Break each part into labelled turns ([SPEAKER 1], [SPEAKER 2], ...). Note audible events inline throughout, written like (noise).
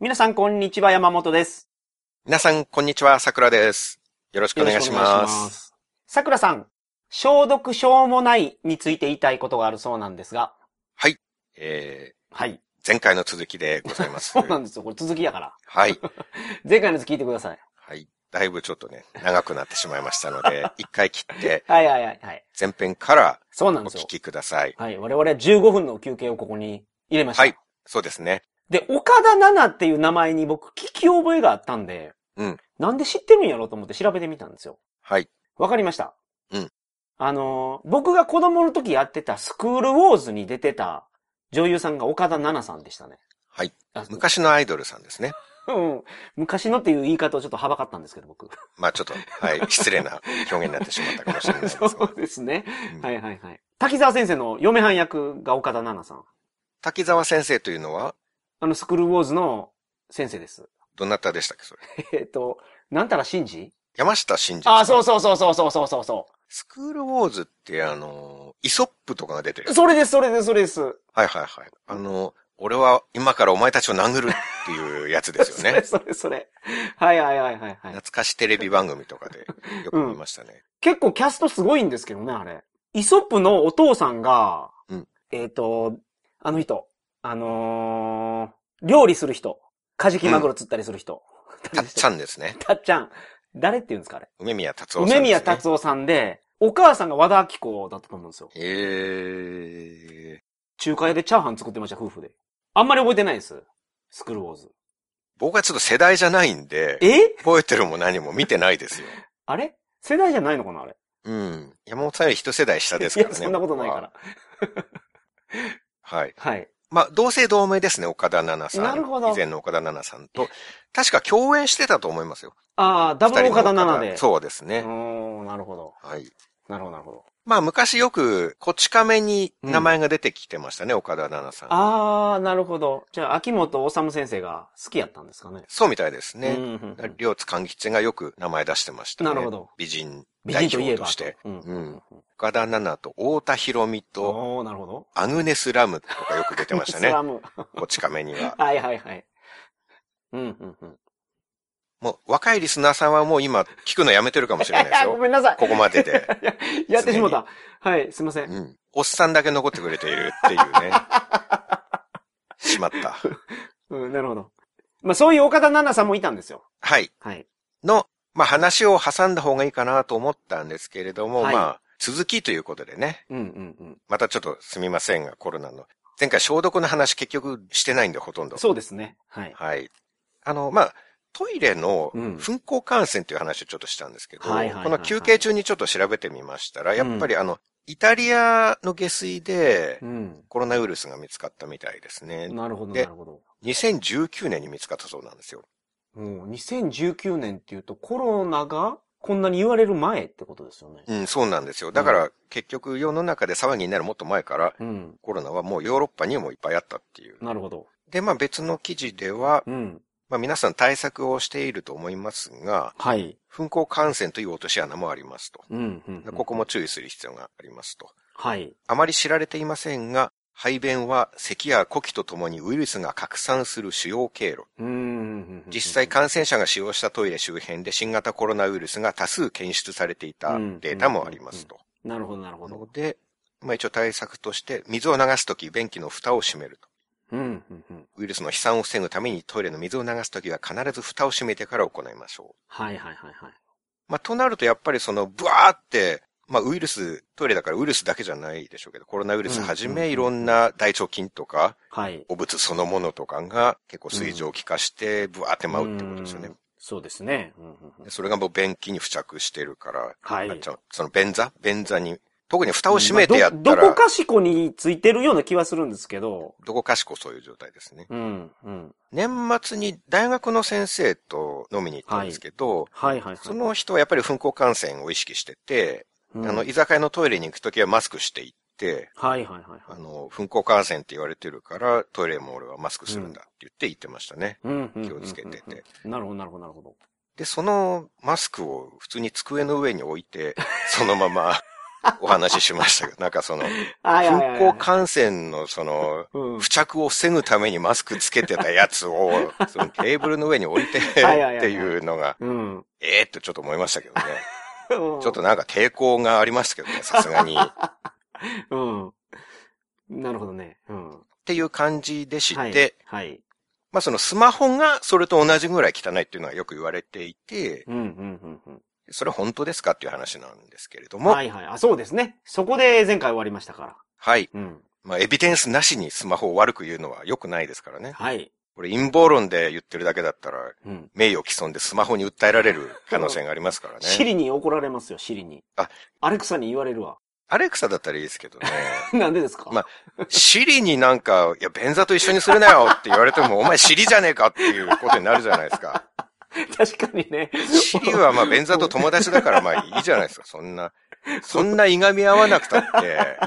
[SPEAKER 1] 皆さん、こんにちは。山本です。
[SPEAKER 2] 皆さん、こんにちは、桜です。よろしくお願いします。
[SPEAKER 1] す。さくらさん、消毒しょうもないについて言いたいことがあるそうなんですが。
[SPEAKER 2] え
[SPEAKER 1] はい。
[SPEAKER 2] ー、前回の続きでございます。
[SPEAKER 1] そうなんですよ。これ続きやから。
[SPEAKER 2] はい。
[SPEAKER 1] 前回のやつ聞いてください。
[SPEAKER 2] はい。だいぶちょっとね、長くなってしまいましたの
[SPEAKER 1] (laughs)
[SPEAKER 2] で、一回切って、
[SPEAKER 1] はいはいはい。はい。
[SPEAKER 2] 前編から
[SPEAKER 1] そう
[SPEAKER 2] お
[SPEAKER 1] なんですよ
[SPEAKER 2] 聞。きください。
[SPEAKER 1] はい。我々は15分の休憩をここに入れました。
[SPEAKER 2] はい。そうですね。
[SPEAKER 1] で、岡田奈々っていう名前に僕聞き覚えがあったんで、
[SPEAKER 2] うん
[SPEAKER 1] なんで知ってるんやろうと思って調べてみたんですよ。
[SPEAKER 2] はい。
[SPEAKER 1] わかりました。
[SPEAKER 2] うん。
[SPEAKER 1] あのー僕が子供の時やってたスクールウォーズに出てた女優さんが岡田奈々さんでしたね。
[SPEAKER 2] はい
[SPEAKER 1] あ。
[SPEAKER 2] 昔のアイドルさんですね。
[SPEAKER 1] (laughs) うん。昔のっていう言い方をちょっとはばかったんですけど、僕。
[SPEAKER 2] まあちょっと、
[SPEAKER 1] (laughs)
[SPEAKER 2] はい。失礼な表現になってしまったかもしれませんが
[SPEAKER 1] そうですね。
[SPEAKER 2] うん
[SPEAKER 1] はいはいはい。滝沢先生の嫁はん役が岡田奈々さん。
[SPEAKER 2] 滝沢先生というのは、
[SPEAKER 1] あの、スクールウォーズの先生です。
[SPEAKER 2] どなたでしたっけ、それ。
[SPEAKER 1] えっと、なんたら真治
[SPEAKER 2] 山下真司。
[SPEAKER 1] ああ、そう
[SPEAKER 2] う。
[SPEAKER 1] そうそうそうそうそうそうそ
[SPEAKER 2] スクールウォーズって、あの、イソップとかが出てる
[SPEAKER 1] う。。それです、それです、それです。
[SPEAKER 2] はいはいはい。あの、俺は今からお前たちを殴るっていうやつですよね。
[SPEAKER 1] (laughs) それそれそれ。はいはいはいはい、はい。
[SPEAKER 2] 懐かしテレビ番組とかでよく見ましたね。
[SPEAKER 1] 結構キャストすごいんですけどね、あれ。イソップのお父さんが、
[SPEAKER 2] うん
[SPEAKER 1] えっ、と、あの人、あのー料理する人、カジキマグロ釣ったりする人。
[SPEAKER 2] たっちゃんですね。
[SPEAKER 1] たっちゃん。誰って言うんですか、あれ。
[SPEAKER 2] 梅宮達夫さんです、ね。
[SPEAKER 1] 梅宮達夫さんで、お母さんが和田明子だったと思うんですよ。
[SPEAKER 2] えー、
[SPEAKER 1] 中華屋でチャーハン作ってました、夫婦で。あんまり覚えてないです。スクールウォーズ。
[SPEAKER 2] 僕はちょっと世代じゃないんで、
[SPEAKER 1] え
[SPEAKER 2] 覚えてるも何も見てないで
[SPEAKER 1] (laughs)
[SPEAKER 2] すよ。
[SPEAKER 1] あれ世代じゃないのかな、あれ。
[SPEAKER 2] うん。山本さんより一世代下です
[SPEAKER 1] い
[SPEAKER 2] から
[SPEAKER 1] や、
[SPEAKER 2] ね。
[SPEAKER 1] そんなことないか
[SPEAKER 2] 僕
[SPEAKER 1] ら。
[SPEAKER 2] は。はい。
[SPEAKER 1] はい。
[SPEAKER 2] まあ、同姓同名ですね、岡田奈々さん。
[SPEAKER 1] なるほど
[SPEAKER 2] 以前の岡田奈々さんと、確か共演してたと思いますよ。
[SPEAKER 1] ああ、ダブル岡田7で。
[SPEAKER 2] そうです
[SPEAKER 1] う
[SPEAKER 2] ね。
[SPEAKER 1] おーなるほど。
[SPEAKER 2] はい。
[SPEAKER 1] なるほど、なるほど。
[SPEAKER 2] まあ昔よく、こち亀に名前が出てきてましたね、岡田奈々さん。
[SPEAKER 1] ああ、なるほど。じゃあ、秋元治先生が好きやったんですかね。
[SPEAKER 2] そうみたいです
[SPEAKER 1] うん
[SPEAKER 2] ね。
[SPEAKER 1] うんうん
[SPEAKER 2] 両津勘吉がよく名前出してましたね。
[SPEAKER 1] なるほど。
[SPEAKER 2] 美人
[SPEAKER 1] 美
[SPEAKER 2] 代
[SPEAKER 1] 人といえ
[SPEAKER 2] 表
[SPEAKER 1] ば
[SPEAKER 2] と
[SPEAKER 1] と。
[SPEAKER 2] して。
[SPEAKER 1] うんうんうん。
[SPEAKER 2] 岡田奈々と太田博美と
[SPEAKER 1] おーなるほど。
[SPEAKER 2] アグネス・ラムとかよく出てました
[SPEAKER 1] ス
[SPEAKER 2] ね
[SPEAKER 1] ラ。ム。
[SPEAKER 2] こち亀には。
[SPEAKER 1] はいはいはい。うんうんうん。
[SPEAKER 2] もう若いリスナーさんはもう今聞くのやめてるかもしれないです
[SPEAKER 1] ご
[SPEAKER 2] よ。
[SPEAKER 1] めんなさい。
[SPEAKER 2] ここまでで。
[SPEAKER 1] やってしもうた。はい、すいません。 (laughs)
[SPEAKER 2] うん。おっさんだけ残ってくれているっていうね。しまった。
[SPEAKER 1] うん、なるほど。まあ、そういう岡田奈々さんもいたんですよ。
[SPEAKER 2] はい。
[SPEAKER 1] はい。
[SPEAKER 2] の、まあ、話を挟んだ方がいいかなと思ったんですけれども、
[SPEAKER 1] はい
[SPEAKER 2] まあ、続きということでね、
[SPEAKER 1] うんうんうん。
[SPEAKER 2] またちょっとすみませんが、コロナの。前回消毒の話結局してないんで、ほとんど。
[SPEAKER 1] そうですね。はい。
[SPEAKER 2] はい。あの、まあ、トイレの
[SPEAKER 1] うん
[SPEAKER 2] 噴光感染という話をちょっとしたんですけど、
[SPEAKER 1] はいはいはいはい
[SPEAKER 2] この休憩中にちょっと調べてみましたら、やっぱりあの、イタリアの下水で
[SPEAKER 1] うん。
[SPEAKER 2] コロナウイルスが見つかったみたいですね。
[SPEAKER 1] なるほど、な
[SPEAKER 2] で
[SPEAKER 1] るほど。
[SPEAKER 2] 2019年に見つかったそうなんですよ。
[SPEAKER 1] うん、2019年っていうとコロナがこんなに言われる前ってことですよね。
[SPEAKER 2] うん、そうなんですよ。だから、結局世の中で騒ぎになるもっと前から、
[SPEAKER 1] うん。
[SPEAKER 2] コロナはもうヨーロッパにもいっぱいあったっていう。
[SPEAKER 1] なるほど。
[SPEAKER 2] で、まあ別の記事では、
[SPEAKER 1] うん。
[SPEAKER 2] まあ皆さん対策をしていると思いますが、
[SPEAKER 1] はい。
[SPEAKER 2] 噴光感染という落とし穴もありますと。
[SPEAKER 1] うん、うんうん。
[SPEAKER 2] ここも注意する必要がありますと。
[SPEAKER 1] はい。
[SPEAKER 2] あまり知られていませんが、排便は咳や呼気とともにウイルスが拡散する主要経路。
[SPEAKER 1] うんうんうん。
[SPEAKER 2] 実際感染者が使用したトイレ周辺で新型コロナウイルスが多数検出されていたデータもありますと。
[SPEAKER 1] なるほど、なるほど
[SPEAKER 2] の。で、まあ一応対策として、水を流すとき便器の蓋を閉めると。
[SPEAKER 1] うん、うん、うん。
[SPEAKER 2] ウイルスの飛散を防ぐためにトイレの水を流すときは必ず蓋を閉めてから行いましょ
[SPEAKER 1] はい、はい、はい、はい。
[SPEAKER 2] う。まあ、となるとやっぱりその、ブワーって、まあ、ウイルス、トイレだからウイルスだけじゃないでしょうけど、コロナウイルスはじ
[SPEAKER 1] うんうんうん
[SPEAKER 2] めいろんな大腸菌とか、
[SPEAKER 1] はい。
[SPEAKER 2] 汚物そのものとかが結構水蒸気化して、ブワーって舞うってことですよね
[SPEAKER 1] う。ん。そうですね。うんうんうん
[SPEAKER 2] でそれがもう便器に付着してるから、
[SPEAKER 1] はい
[SPEAKER 2] あじゃあその便座便座に、特に蓋を閉めてやっ
[SPEAKER 1] ど
[SPEAKER 2] たら、
[SPEAKER 1] どこかしこについてるような気はするんですけど。
[SPEAKER 2] どこかしこそういう状態ですね。
[SPEAKER 1] うん、うん。
[SPEAKER 2] 年末に大学の先生と飲みに行ったんですけど、
[SPEAKER 1] はい、はい、はい。
[SPEAKER 2] そ、の人はやっぱり噴光感染を意識してて、あの、居酒屋のトイレに行くときはマスクして行って、
[SPEAKER 1] はい、はい、はいはい。
[SPEAKER 2] あの、噴光感染って言われてるから、トイレも俺はマスクするんだって言って言ってましたね。
[SPEAKER 1] うんうん
[SPEAKER 2] 気をつけてて。
[SPEAKER 1] うんなるほど、なるほど、なるほど。 (laughs)
[SPEAKER 2] で、そのマスクを普通に机の上に置いて、そのままお話ししましたけど、なんかその、
[SPEAKER 1] はいはいは
[SPEAKER 2] 空
[SPEAKER 1] い
[SPEAKER 2] 港感染のその、
[SPEAKER 1] うん
[SPEAKER 2] 付着を防ぐためにマスクつけてたやつを、そのテーブルの上に置いて
[SPEAKER 1] はいはいはい
[SPEAKER 2] っていうのが、
[SPEAKER 1] うん。
[SPEAKER 2] ええってちょっと思いましたけどね。 (laughs)
[SPEAKER 1] ち
[SPEAKER 2] ちょ
[SPEAKER 1] ょ
[SPEAKER 2] っと、なんか抵抗がありましたけどね、さす
[SPEAKER 1] (laughs)
[SPEAKER 2] がに。っ
[SPEAKER 1] うん。なるほどね。うん。
[SPEAKER 2] ていう感じでして、
[SPEAKER 1] はい。はい。
[SPEAKER 2] まあそのスマホがそれと同じぐらい汚いっていうのはよく言われていて、
[SPEAKER 1] うん、うん、うん、
[SPEAKER 2] それ本当ですかっていう話なんですけれど
[SPEAKER 1] うん。
[SPEAKER 2] も、は。
[SPEAKER 1] はいいはい。あ、そうですね。そこで前回終わりましたから。うん。
[SPEAKER 2] まあエビデンスなしにスマホを悪く言うのは良くないですからね。
[SPEAKER 1] はい。
[SPEAKER 2] これ陰謀論で言ってるだけだったら、
[SPEAKER 1] うん。
[SPEAKER 2] 名誉毀損でスマホに訴えられる可能性がありますから
[SPEAKER 1] シ
[SPEAKER 2] ね。
[SPEAKER 1] リに怒られますよ、シリに。
[SPEAKER 2] あ、
[SPEAKER 1] アレクサに言われるわ。 (laughs)
[SPEAKER 2] アレクサだったらいいですけどね。
[SPEAKER 1] なんでですか
[SPEAKER 2] まあシリになんか、いや、便座と一緒にするなよって言われても、お前シリじゃねえかっていうことになるじゃないですか。
[SPEAKER 1] (laughs) 確かにね。
[SPEAKER 2] シリ
[SPEAKER 1] (laughs)
[SPEAKER 2] はまあ、便座と友達だからまあいいじゃないですか、そんな。そんないがみ合わなくたって、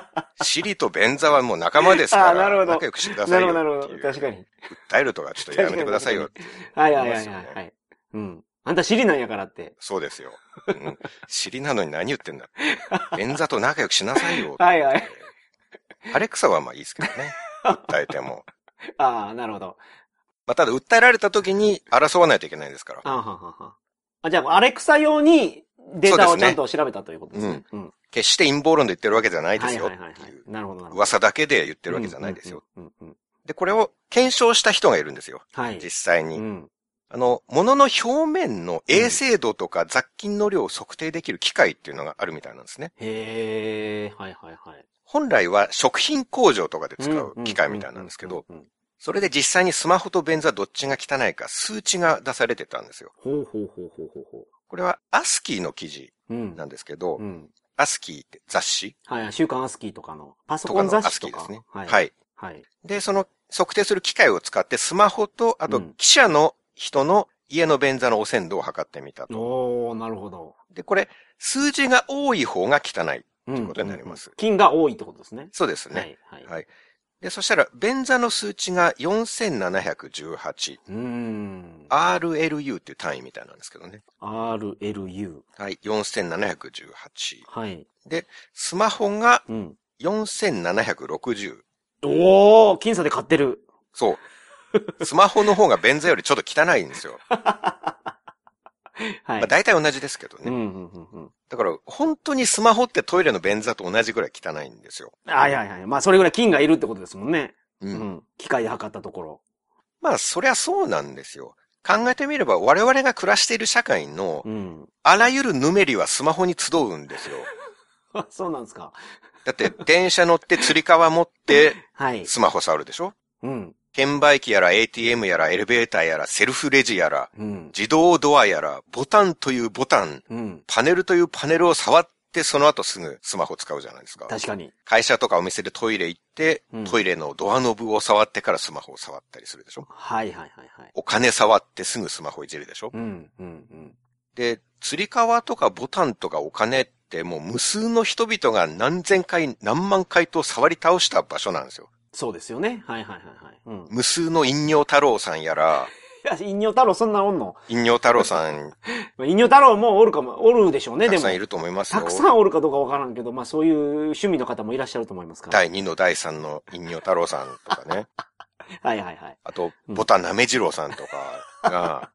[SPEAKER 2] シリと便座はもう仲間ですか
[SPEAKER 1] あーなる
[SPEAKER 2] ら、
[SPEAKER 1] ほど
[SPEAKER 2] 仲良くしてくだ
[SPEAKER 1] な
[SPEAKER 2] さい
[SPEAKER 1] る
[SPEAKER 2] よ
[SPEAKER 1] ほど、な
[SPEAKER 2] っ
[SPEAKER 1] るほ
[SPEAKER 2] て
[SPEAKER 1] ど。
[SPEAKER 2] いう。
[SPEAKER 1] 確かに。
[SPEAKER 2] 訴えるとかちょっとやめてくださいよっていう。
[SPEAKER 1] はいはいはい
[SPEAKER 2] 思
[SPEAKER 1] は
[SPEAKER 2] いま
[SPEAKER 1] い
[SPEAKER 2] すよね
[SPEAKER 1] はい。うん。あんたシリなんやからって。
[SPEAKER 2] そうですよ。うん。シリなのに何言ってんだって。便座と仲良くしなさいよ。
[SPEAKER 1] はいはい。
[SPEAKER 2] アレクサはまあいいですけどね。訴えても。
[SPEAKER 1] ああ、なるほど。
[SPEAKER 2] まあ、ただ訴えられた時に争わないといけないですから。
[SPEAKER 1] あははは。あ、じゃあ、アレクサ用にデータ
[SPEAKER 2] そ
[SPEAKER 1] を
[SPEAKER 2] う
[SPEAKER 1] ち
[SPEAKER 2] です
[SPEAKER 1] ゃ
[SPEAKER 2] ね
[SPEAKER 1] んと調べたということですね。うん。
[SPEAKER 2] 決して陰謀論で言ってるわけじゃないで
[SPEAKER 1] は
[SPEAKER 2] す
[SPEAKER 1] い
[SPEAKER 2] よ
[SPEAKER 1] はいはいは
[SPEAKER 2] っていう。
[SPEAKER 1] い。なるほど、なるほど。っ
[SPEAKER 2] 噂だけで言って
[SPEAKER 1] て
[SPEAKER 2] るわけじゃないですよ。。
[SPEAKER 1] うんうんうん。
[SPEAKER 2] で、これを検証した人がいるんですよ。
[SPEAKER 1] はい。
[SPEAKER 2] 実際
[SPEAKER 1] う
[SPEAKER 2] に。
[SPEAKER 1] ん。
[SPEAKER 2] あの、物の表面の衛生度とか雑菌の量を測定できる機械っていうのがあるみたいなんですね。
[SPEAKER 1] へえ、はいはいはい。
[SPEAKER 2] 本来は食品工場とかで使う機械みたいなんですけど、
[SPEAKER 1] うんうんうんうん。
[SPEAKER 2] それで実際にスマホと便座どっちが汚いか数値が出されてたんですよ。
[SPEAKER 1] ほうほうほうほうほうほ
[SPEAKER 2] これはアスキーの記事
[SPEAKER 1] う。うん。
[SPEAKER 2] なんですけど
[SPEAKER 1] う、ん。
[SPEAKER 2] アスキーって雑誌
[SPEAKER 1] はい、週刊アスキーとかの、パソ
[SPEAKER 2] と
[SPEAKER 1] コ
[SPEAKER 2] か
[SPEAKER 1] ン
[SPEAKER 2] のア
[SPEAKER 1] 雑誌
[SPEAKER 2] スキ
[SPEAKER 1] と
[SPEAKER 2] ーで
[SPEAKER 1] か。
[SPEAKER 2] すね。
[SPEAKER 1] は
[SPEAKER 2] はい
[SPEAKER 1] い。。はい。
[SPEAKER 2] で、その測定する機械を使ってスマホと、あ
[SPEAKER 1] う
[SPEAKER 2] と
[SPEAKER 1] ん
[SPEAKER 2] 記者の人の家の便座の汚染度を測ってみたと。
[SPEAKER 1] おー、なるほど。
[SPEAKER 2] で、これ、数字が多い方が汚い。
[SPEAKER 1] うん。
[SPEAKER 2] ということになります
[SPEAKER 1] うんうん金が多いってことですね。
[SPEAKER 2] そうですね。
[SPEAKER 1] はい、はい。
[SPEAKER 2] はいで、そしたら、便座の数値が4718、
[SPEAKER 1] うーん。
[SPEAKER 2] RLU っていう単位みたいなんですけどね。
[SPEAKER 1] RLU。
[SPEAKER 2] はい、4718。
[SPEAKER 1] はい。
[SPEAKER 2] スマホが
[SPEAKER 1] うん。
[SPEAKER 2] 4760。
[SPEAKER 1] おー、僅差で買ってる。 (laughs)
[SPEAKER 2] そう。スマホの方が便座よりちょっと汚いんですよ。
[SPEAKER 1] はい。
[SPEAKER 2] まあ大体同じですけど
[SPEAKER 1] うん
[SPEAKER 2] ね。
[SPEAKER 1] うんうんうん。
[SPEAKER 2] だから、本当にスマホってトイレの便座と同じぐらい汚いんですよ。
[SPEAKER 1] はいはいはい。まあ、それぐらい金がいるってことですもんね。う
[SPEAKER 2] う。
[SPEAKER 1] んん。機械で測ったところ。
[SPEAKER 2] まあ、そりゃそうなんですよ。考えてみれば、我々が暮らしている社会の、
[SPEAKER 1] うん。 (laughs)
[SPEAKER 2] あらゆるぬめりはスマホに集うんですよ。
[SPEAKER 1] あそうなんですか。
[SPEAKER 2] だって、電車乗って釣り革持って、
[SPEAKER 1] はい。
[SPEAKER 2] スマホ触るでしょ
[SPEAKER 1] うん。
[SPEAKER 2] 券売機やら ATM やらエレベーターやらセルフレジやら、
[SPEAKER 1] うん。
[SPEAKER 2] 自動ドアやら、ボタンというボタン、
[SPEAKER 1] うん。
[SPEAKER 2] パネルというパネルを触って、その後すぐスマホ使うじゃないですか。
[SPEAKER 1] 確かに。
[SPEAKER 2] 会社とかお店でトイレ行って、
[SPEAKER 1] うん
[SPEAKER 2] トイレのドアノブを触ってからスマホを触ったりするでしょ
[SPEAKER 1] はいはいはいはい。
[SPEAKER 2] お金触ってすぐスマホいじるでしょ
[SPEAKER 1] うん。うん。
[SPEAKER 2] で、釣り革とかボタンとかお金ってもう無数の人々が何千回、何万回と触り倒した場所なんですよ。
[SPEAKER 1] そうですよね。はいはいはいはい。うん。い
[SPEAKER 2] 無数の陰陽太郎さんやら、
[SPEAKER 1] や、陰陽太郎そんなおんの
[SPEAKER 2] 陰陽太郎さん、
[SPEAKER 1] まあ陰陽太郎もおるかも、おるでしょうね、
[SPEAKER 2] た
[SPEAKER 1] で
[SPEAKER 2] く
[SPEAKER 1] も
[SPEAKER 2] さん。いると思いますよ。
[SPEAKER 1] たくさんおるかどうかわからんけど、まあそういう趣味の方もいらっしゃると思いますから。
[SPEAKER 2] 第2の第3の陰陽太郎さんとか
[SPEAKER 1] (laughs)
[SPEAKER 2] ね。
[SPEAKER 1] はいはいはい。
[SPEAKER 2] あと、ボタンなめじろうさんとかが、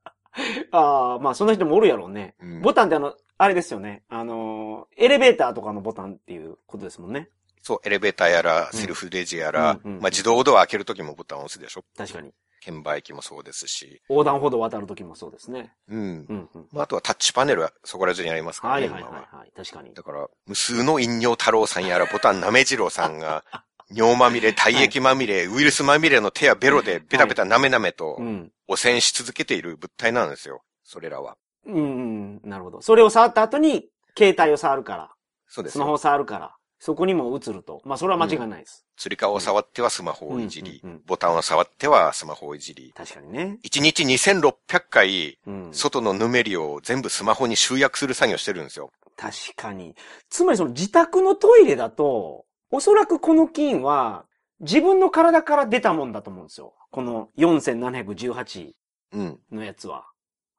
[SPEAKER 1] ああ、まあそんな人もおるやろうね。
[SPEAKER 2] うん
[SPEAKER 1] ボタンってあの、あれですよね。あのー、エレベーターとかのボタンっていうことですもんね。
[SPEAKER 2] そう、エレベーターやら、
[SPEAKER 1] うん
[SPEAKER 2] セルフレジやら、
[SPEAKER 1] うんうんうん
[SPEAKER 2] まあ自動ドア開けるときもボタンを押すでしょ
[SPEAKER 1] 確かに。
[SPEAKER 2] 券売機もそうですし、
[SPEAKER 1] 横断歩道渡るときもそうですね。
[SPEAKER 2] うん。
[SPEAKER 1] うんうん。
[SPEAKER 2] まああとはタッチパネルはそこら中にありますから
[SPEAKER 1] は
[SPEAKER 2] ね、
[SPEAKER 1] いはいはい
[SPEAKER 2] 今は。
[SPEAKER 1] はい。確かに。
[SPEAKER 2] だから、無数の陰陽太郎さんやら、ボタンなめじろうさんが、尿まみれ、体液まみれ、ウイルスまみれの手やベロでベタベタなめなめと
[SPEAKER 1] うん。
[SPEAKER 2] 汚染し続けている物体なんですよ。それらは。
[SPEAKER 1] うんうん、なるほど。それを触った後に、携帯を触るか
[SPEAKER 2] そう
[SPEAKER 1] ら、
[SPEAKER 2] です
[SPEAKER 1] スマ
[SPEAKER 2] よ
[SPEAKER 1] ホを触るから、そこにも映ると。まあそれは間違いないです。
[SPEAKER 2] 釣り革を触ってはスマホをいじり
[SPEAKER 1] うんうんうん、
[SPEAKER 2] ボタンを触ってはスマホをいじり、
[SPEAKER 1] 確かにね。
[SPEAKER 2] 1日2600回、
[SPEAKER 1] うん。
[SPEAKER 2] 外のぬめりを全部スマホに集約する作業してるんですよ。
[SPEAKER 1] 確かに。つまりその自宅のトイレだと、おそらくこの菌は自分の体から出たもんだと思うんですよ。この4718
[SPEAKER 2] うん。
[SPEAKER 1] のやつは。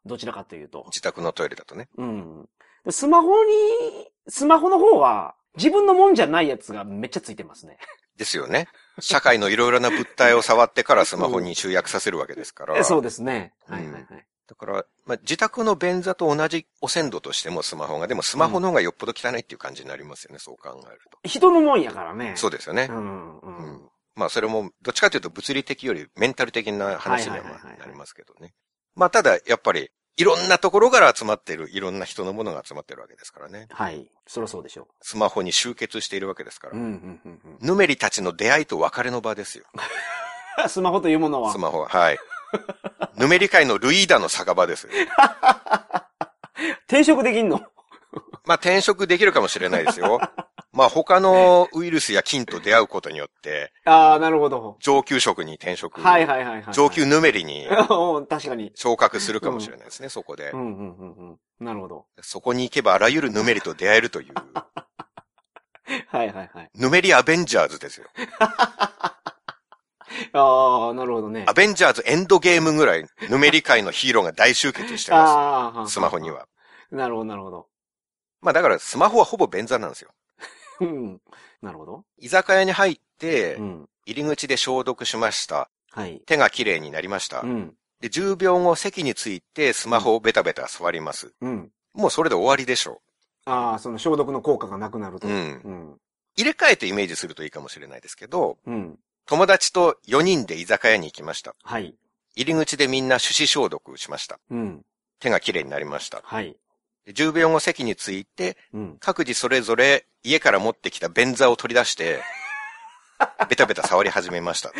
[SPEAKER 1] どちらかというと。
[SPEAKER 2] 自宅のトイレだとね。
[SPEAKER 1] うん。スマホにスマホの方は、自分のもんじゃないやつがめっちゃついてますね。
[SPEAKER 2] ですよね。社会のいろいろな物体を触ってからスマホに集約させるわけですから。
[SPEAKER 1] (laughs) そうですね。はいはいはい。
[SPEAKER 2] だから、まあ、自宅の便座と同じ汚染度としてもスマホが、でもスマホの方がよっぽど汚いっていう感じになりますよね、そう考えると。
[SPEAKER 1] 人のもんやからね。
[SPEAKER 2] そうですよね
[SPEAKER 1] う。んう。
[SPEAKER 2] うんん。まあ、それも、どっちかというと物理的よりメンタル的な話には
[SPEAKER 1] はいはいはいはい
[SPEAKER 2] なりますけどね。まあ、ただ、やっぱり、いろんなところから集まっている、いろんな人のものが集まってるわけですからね。
[SPEAKER 1] はい。そりゃそうでしょ
[SPEAKER 2] スマホに集結しているわけですから。
[SPEAKER 1] う。うんうんうんうん
[SPEAKER 2] ヌメリたちの出会いと別れの場ですよ。 (laughs)
[SPEAKER 1] スマホというものは
[SPEAKER 2] ス。マホは。はい。ヌメリ界のルイーダの酒場ですよ。
[SPEAKER 1] 転職できんの
[SPEAKER 2] まあ、転職できるかもしれないで
[SPEAKER 1] (laughs)
[SPEAKER 2] すよ。まあ、他のウイルスや菌と出会うことによって、
[SPEAKER 1] ああ、なるほど。
[SPEAKER 2] 上級職に転職。
[SPEAKER 1] はいはいはいはい。
[SPEAKER 2] 上級ヌメリに
[SPEAKER 1] うん確かに。
[SPEAKER 2] 昇格するかもしれないですね、そこで
[SPEAKER 1] う。んうんうんうん。なるほど。
[SPEAKER 2] そこに行けばあらゆるヌメリと出会えるという、
[SPEAKER 1] はいはいはい。
[SPEAKER 2] ヌメリアベンジャーズですよ。
[SPEAKER 1] ああ、なるほどね。
[SPEAKER 2] アベンジャーズエンドゲームぐらい、ヌメリ界のヒーローが大集結してま
[SPEAKER 1] ああ、はん
[SPEAKER 2] す。スマホに。は。
[SPEAKER 1] なるほどなるほど。
[SPEAKER 2] まあだからスマホはほぼ便座なんですよ。
[SPEAKER 1] うん。なるほど。
[SPEAKER 2] 居酒屋に入って
[SPEAKER 1] う、ん。
[SPEAKER 2] 入り口で消毒しました。
[SPEAKER 1] はい。
[SPEAKER 2] 手が綺麗になりました
[SPEAKER 1] う。ん。
[SPEAKER 2] で、10秒後席についてスマホをベタベタ触ります。
[SPEAKER 1] うん。
[SPEAKER 2] もうそれで終わりでしょ
[SPEAKER 1] ああ、その消毒の効果がなくなる
[SPEAKER 2] う。
[SPEAKER 1] と。
[SPEAKER 2] う
[SPEAKER 1] うん。
[SPEAKER 2] ん。
[SPEAKER 1] うん。
[SPEAKER 2] 入れ替えてイメージするといいかもしれないですけど、
[SPEAKER 1] うん。
[SPEAKER 2] 友達と4人で居酒屋に行きました。
[SPEAKER 1] はい。
[SPEAKER 2] 入り口でみんな手指消毒しました。
[SPEAKER 1] うん。
[SPEAKER 2] 手が綺麗になりました。
[SPEAKER 1] はい。
[SPEAKER 2] で10秒後席について、
[SPEAKER 1] うん。
[SPEAKER 2] 各自それぞれ家から持ってきた便座を取り出して、ベタベタ触り始めました。